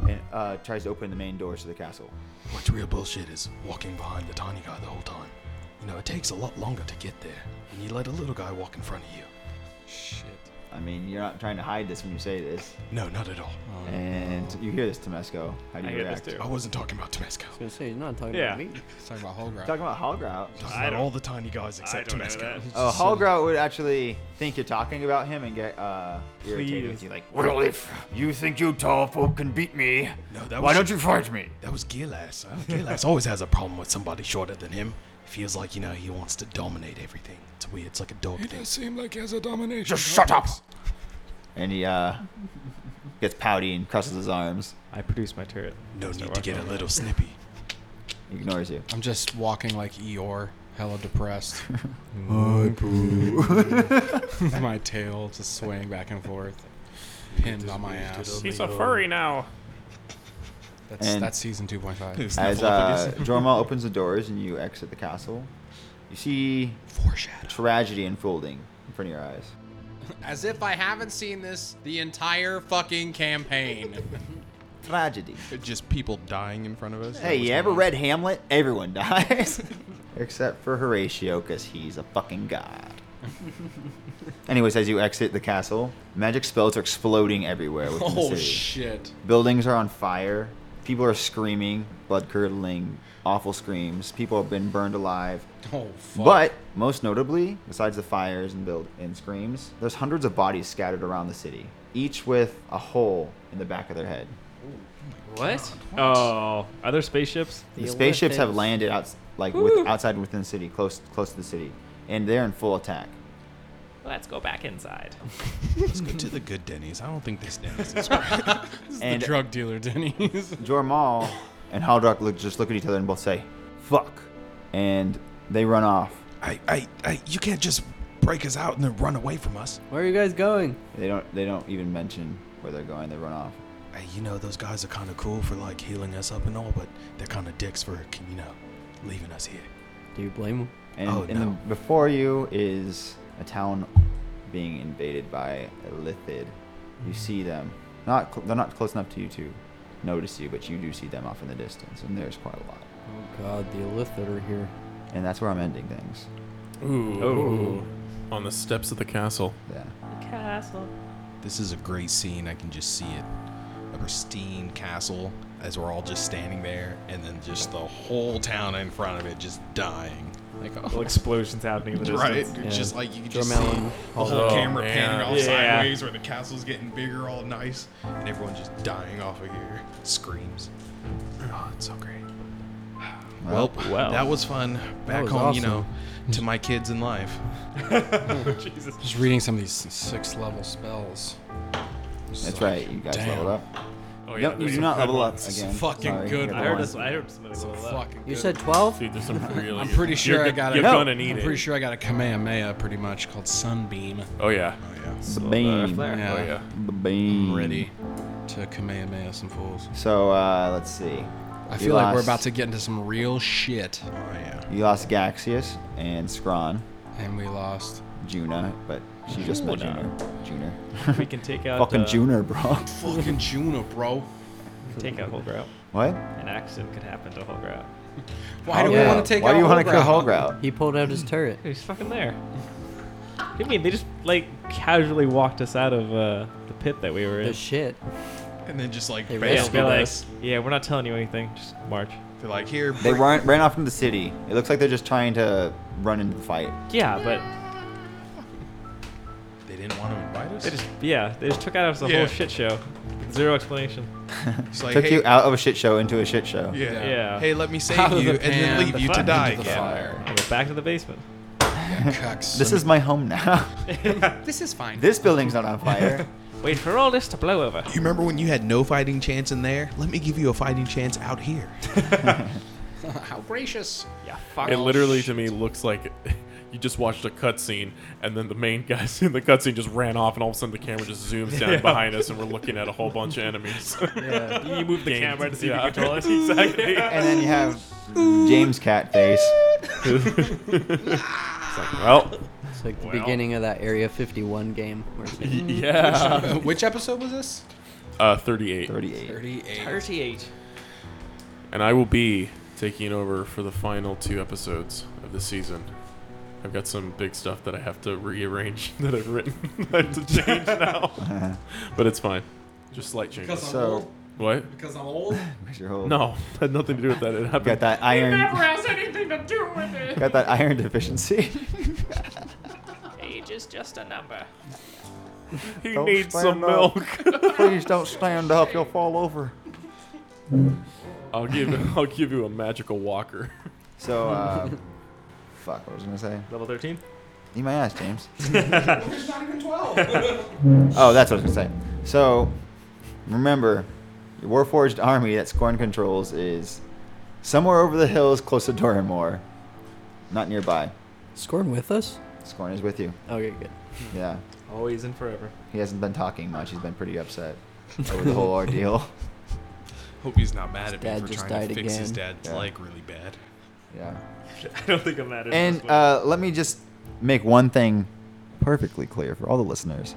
S2: and uh, tries to open the main doors to the castle.
S12: What's real bullshit is walking behind the tiny guy the whole time. You know, it takes a lot longer to get there when you let a little guy walk in front of you.
S6: Shit.
S2: I mean, you're not trying to hide this when you say this.
S12: No, not at all.
S2: Oh, And you hear this, Tomesco. How do
S8: I
S2: you
S8: hear this
S2: react?
S8: too.
S12: I wasn't talking about Tomesco.
S5: I was gonna say he's not talking
S8: Yeah.
S5: about me.
S1: He's talking about Holgrout.
S2: Talking about
S8: (laughs)
S2: Hallgrout.
S12: Talking
S8: I
S12: about
S8: don't-
S12: all the tiny guys
S8: I
S12: except
S8: don't know
S12: Tomesco.
S8: that.
S2: Oh, Hallgrout would actually think you're talking about him and get uh, irritated with
S8: Please.
S2: you. Like,
S15: Well, if you think you tall folk can beat me,
S12: No, that
S15: why
S12: was-
S15: don't you fight me?
S12: That was Gillas. Uh, Gillas (laughs) always has a problem with somebody shorter than him. Feels like, you know, he wants to dominate everything. It's weird. It's like a dog
S17: He
S12: thing.
S17: does seem like he has a domination.
S15: Just shut up!
S2: and he uh, gets pouty and crosses his arms.
S8: I produce my turret.
S12: No need to get a little snippy.
S2: He ignores you.
S1: I'm just walking like Eeyore. Hella
S4: (laughs)
S1: depressed.
S12: Hi, Pooh.
S1: my tail just swaying back and forth, pinned on my ass.
S8: He's a furry now.
S1: That's, that's season 2.5.
S2: As uh, Jormal opens the doors and you exit the castle, you see tragedy unfolding in front of your eyes.
S16: As if I haven't seen this the entire fucking campaign.
S1: (laughs)
S2: Tragedy.
S12: Just people dying in front of us.
S2: Hey, you ever read Hamlet? Everyone (laughs) dies. Except for Horatio, because he's a fucking god. Anyways, as you exit the castle, magic spells are exploding everywhere. Within the
S1: Oh,
S2: city.
S1: shit.
S2: Buildings are on fire. People are screaming, blood curdling, awful screams. People have been burned alive.
S1: Oh, fuck.
S2: But most notably, besides the fires and build and screams, there's hundreds of bodies scattered around the city, each with a hole in the back of their head.
S8: What? Oh, are there spaceships?
S2: The, spaceships have landed out, like with, outside and within the city, close close to the city, and they're in full attack.
S8: Let's go back inside.
S12: Let's go to the good Denny's. I don't think this Denny's is
S2: And-
S1: drug dealer Denny's.
S2: Jormal and Haldok look just look at each other and both say, "Fuck," and they run off.
S12: I, I, I, you can't just break us out and then run away from us.
S5: Where are you guys going?
S2: They don't they don't even mention where they're going. They run off.
S12: Hey, you know those guys are kind of cool for like healing us up and all, but they're kind of dicks for you know leaving us here.
S5: Do you blame them?
S2: And,
S12: Oh,
S2: and
S12: no.
S2: the- before you is a town being invaded by a
S1: Mm.
S2: lithid. You see them. Not cl- they're not close enough to you to notice you, but you do see them off in the distance, and there's quite a lot.
S5: Oh god, the Illithid are here.
S2: And that's where I'm ending things.
S4: Ooh.
S2: Oh.
S4: On the steps of the castle.
S2: Yeah.
S8: Castle.
S12: This is a great scene. I can just see it. A pristine castle as we're all just standing there, and then just the whole town in front of it just dying. Like oh,
S8: Little explosions happening in the
S12: Right,
S8: distance.
S12: it's just
S8: Yeah.
S12: like you can just
S8: Drum
S12: see
S8: Allen.
S12: the whole
S8: Oh,
S12: camera
S8: man.
S12: panning all
S8: Yeah.
S12: sideways, where the castle's getting bigger, all nice, and everyone just dying off of here. Screams. Oh, it's so (sighs) great. Well, that was fun. Back home, you know, to my kids in life.
S8: Jesus.
S1: (laughs) Just reading some of these sixth level spells. It's
S2: That's
S1: like,
S2: right. You guys
S1: damn.
S2: leveled up.
S1: Oh, yeah,
S2: Nope, you
S1: those
S2: do
S1: are
S2: not
S1: good
S2: level up
S1: ones. This is
S2: again.
S1: fucking
S2: Sorry,
S1: good
S2: you
S8: I
S2: level
S8: heard
S2: one.
S8: this. I heard somebody
S16: uh,
S8: level up.
S1: fucking
S5: You
S1: good
S5: said
S1: ones.
S5: 12?
S4: Dude, there's some really.
S1: I'm pretty sure
S4: you're,
S1: I got a.
S4: You're gonna need
S1: I'm
S4: it.
S1: pretty sure I got a Kamehameha pretty much called Sunbeam.
S4: Oh yeah.
S12: Oh yeah.
S2: The beam.
S1: Yeah.
S4: Oh yeah.
S2: The beam.
S1: I'm ready to Kamehameha some fools.
S2: So uh, let's see.
S1: I feel like we're about to get into some real shit.
S12: Oh yeah.
S2: You lost Gaxius and Scron,
S1: And we lost.
S2: Juna, but she just met
S8: Juna.
S2: Juna. Juna.
S8: We can (laughs) take
S2: (laughs)
S8: out.
S2: Fucking
S8: uh,
S2: Juna, bro.
S1: Fucking Juno, bro.
S8: Take out Holger out.
S2: What?
S8: An accident could happen to Holger out.
S1: Oh, Why do
S2: Yeah.
S1: we want to take
S2: Why
S1: out
S2: do you want to
S1: Holger?
S2: kill Holger out?
S5: He pulled out
S12: Mm-hmm.
S5: his turret.
S8: He's fucking there. (laughs) What do you mean? They just like casually walked us out of uh, the pit that we were in.
S5: The shit.
S12: And then just like
S5: They
S12: bailed
S5: rescued
S8: They're
S12: on
S8: like,
S12: us.
S8: yeah, we're not telling you anything. Just march.
S12: They're like, here.
S2: They
S12: bring-
S2: ran, ran off into the city. It looks like they're just trying to run into the fight.
S8: Yeah, but
S12: They didn't want to invite us.
S8: they just yeah, they just took out us the
S12: Yeah.
S8: whole shit show. Zero explanation.
S12: It's like,
S2: Took
S12: hey,
S2: you out of a shit show into a shit show.
S12: Yeah.
S8: Yeah.
S12: Hey, let me
S1: Out
S12: save
S1: of
S12: you
S1: the
S12: and then
S1: pan,
S12: leave
S1: the
S12: you to
S1: fuck
S12: die
S1: into the
S12: again.
S1: fire.
S8: Go back to the basement.
S1: Cucks.
S2: This is my home now. (laughs)
S16: This is fine.
S2: this building's not on fire.
S8: Wait for all this to blow over.
S12: You remember when you had no fighting chance in there? Let me give you a fighting chance out here.
S16: How gracious.
S8: Yeah, fuck.
S4: It literally
S8: Oh,
S4: to me looks like (laughs) you just watched a cutscene, and then the main guys (laughs) in the cutscene just ran off, and all of a sudden the camera just zooms down behind us, and we're looking at a whole bunch of
S8: (laughs)
S4: enemies.
S8: You moved the
S4: Game-
S8: camera to see
S4: yeah.
S8: if you control it. (laughs) Exactly.
S2: and then you have James Cat Face.
S4: (laughs) well,
S5: It's like the
S4: Well.
S5: beginning of that Area 51 game. Where
S12: (laughs)
S5: it's like,
S4: yeah.
S1: Which episode was this?
S4: Uh, 38.
S2: 38.
S1: 38.
S8: Thirty-eight.
S4: And I will be taking over for the final two episodes of the season. I've got some big stuff that I have to rearrange (laughs) that I've written. I have to change
S8: (laughs)
S4: now. (laughs) but it's fine. Just slight changes.
S2: So-
S4: What?
S16: Because I'm old.
S2: Where's your hole?
S4: No, (laughs) had nothing to do with that. It happened.
S2: Got that iron.
S8: has anything to do with it.
S2: Got that iron deficiency.
S8: Age is just a number.
S4: He
S2: Don't
S4: needs
S2: stand
S4: some
S2: up.
S4: milk.
S2: (laughs) Please don't stand up. You'll fall over.
S4: I'll give (laughs) I'll give you a magical walker.
S2: So, uh, fuck. What was I gonna say?
S8: Level thirteen.
S2: Eat my ass,
S16: (laughs)
S2: James.
S16: There's not even 12.
S2: (laughs) Oh, that's what I was gonna say. So, remember, your Warforged army that Scorn controls is somewhere over the hills close to Doranmore. Not nearby.
S5: Scorn with us?
S2: Scorn is with you.
S5: Okay, good.
S2: Yeah.
S18: Always and
S8: (laughs)
S18: forever.
S2: He hasn't been talking much. He's been pretty upset over the whole ordeal.
S12: Hope he's not mad at
S5: dad
S12: me for
S5: just
S12: trying to
S5: died
S12: fix his
S5: again.
S12: dad's
S2: Yeah.
S12: leg really bad.
S2: Yeah.
S18: I don't think I'm mad at
S2: And uh, let me just make one thing perfectly clear for all the listeners.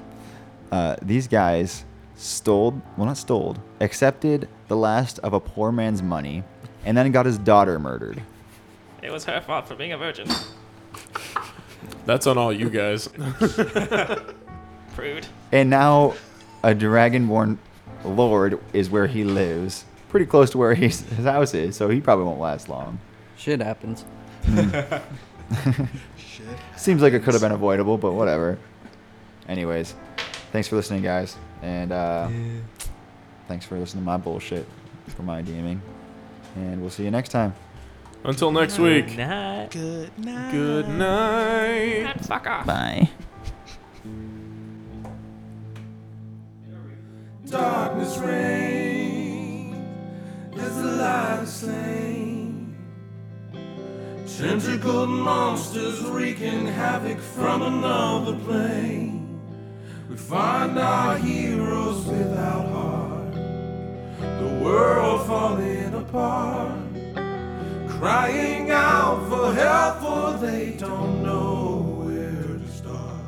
S2: Uh, these guys stole, well, not stole, accepted the last of a poor man's money and then got his daughter murdered.
S8: It was her fault for being a virgin.
S4: That's on all you guys.
S8: Prude.
S2: And now a dragonborn lord is where he lives, pretty close to where he's, his house is, so he probably won't last long.
S5: Shit happens.
S2: Seems like it could have been avoidable, but whatever. Anyways, thanks for listening, guys, and uh, thanks for listening to my bullshit for my DMing. And we'll see you next time. (laughs)
S4: Until next week.
S8: Good night.
S12: Good night.
S4: Good night.
S8: And fuck off.
S2: Bye.
S3: Darkness reigns as the light is slain. Tentacled monsters wreaking havoc from another plane. We find our heroes without heart. The world falling apart. Crying out for help, for they don't know where to start.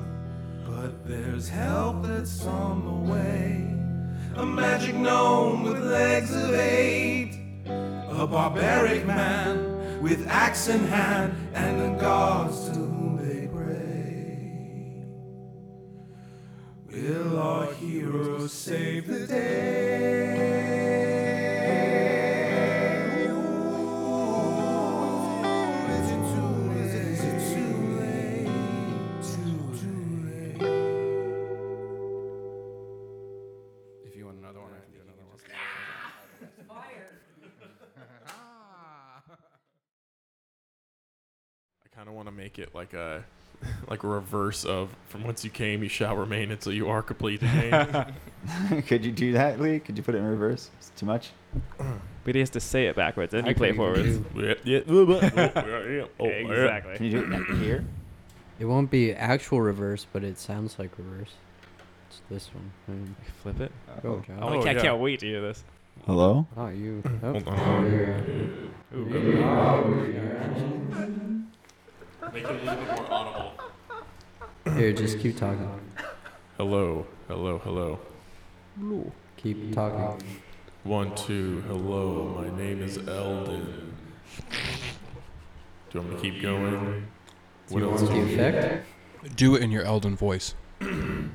S3: But there's help that's on the way. A magic gnome with legs of eight. A barbaric man with axe in hand and the gods to whom they pray. Will our heroes save the day? Ooh, is it too late? Is it too late? Too late.
S1: If you want another one, I can do another one.
S4: I kind of want to make it like a like a reverse of from whence you came, you shall remain until you are (laughs) completed.
S2: Could you do that, Lee? Could you put it in reverse? It's too much.
S8: But he has to say it backwards, and
S18: I
S8: you play it
S18: couldn't
S8: forwards. Oh,
S18: even
S4: Oh,
S8: exactly.
S2: Can
S8: (laughs)
S2: you do it here?
S5: It won't be actual reverse, but it sounds like reverse. It's this one. Mm.
S8: Flip it.
S5: Go,
S8: Oh,
S5: John.
S8: I can't, can't wait to hear this.
S2: Hello.
S5: Oh, you. Oh.
S4: Hold on. Make it a little bit more audible.
S5: Here, just keep talking.
S4: Hello, hello, hello.
S5: Keep talking.
S4: One, two, hello, my name is Eldon. Do you want me to keep going? What else do you need?
S1: Do it in your Elden voice.
S4: Do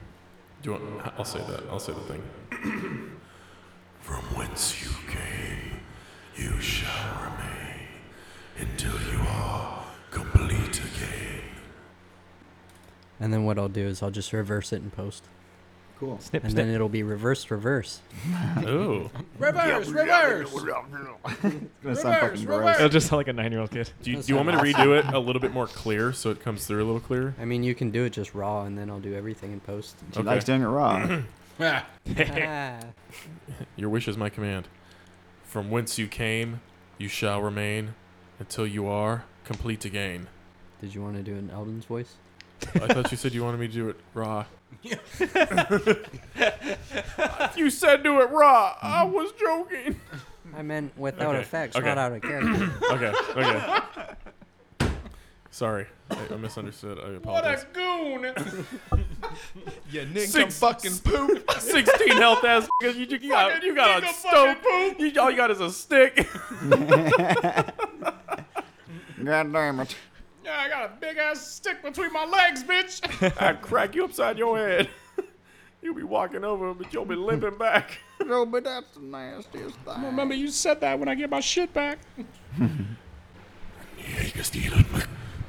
S4: you want, I'll say that. I'll say the thing.
S17: (clears throat) From whence you came, you shall remain until you are complete again.
S5: And then what I'll do is I'll just reverse it and post.
S2: Cool.
S8: Snip,
S5: and
S8: snip.
S5: then it'll be reverse, reverse.
S4: (laughs) Oh.
S1: Reverse, reverse.
S2: gonna
S1: sound fucking Reverse, gross. reverse.
S8: It'll just sound like a nine-year-old kid.
S4: Do you, do you want me to redo it a little bit more clear so it comes through a little clearer?
S5: I mean, you can do it just raw, and then I'll do everything in post.
S2: She likes doing it raw.
S5: (laughs) Ah.
S4: Your wish is my command. From whence you came, you shall remain until you are complete again.
S5: Did you want to do an Elden's voice?
S4: I thought you said you wanted me to do it raw. (laughs) you said do it raw. I was joking.
S5: I meant without
S4: Okay,
S5: effects,
S4: okay.
S5: not out of character.
S4: Okay, okay. Sorry, I, I misunderstood. I apologize.
S16: goon!
S12: (laughs) Yeah, Nick,
S4: Six-
S12: fucking poop.
S4: (laughs) 16 health ass niggas. You, you got, you got a stove. You, all you got is a stick. (laughs)
S2: God damn it.
S16: Yeah, I got a big ass stick between my legs, bitch.
S4: I crack you upside your head. (laughs) You'll be walking over, but you'll be limping back.
S2: No, but that's the nastiest thing.
S16: Remember, you said that when I get my shit back.
S17: Jeg kan stille mig.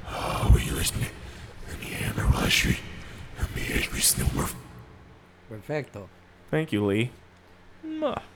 S17: Og vi løsne. Vi er med Rashi. Vi er ikke snummer.
S5: Perfecto.
S4: Thank you, Lee.
S8: Mwah.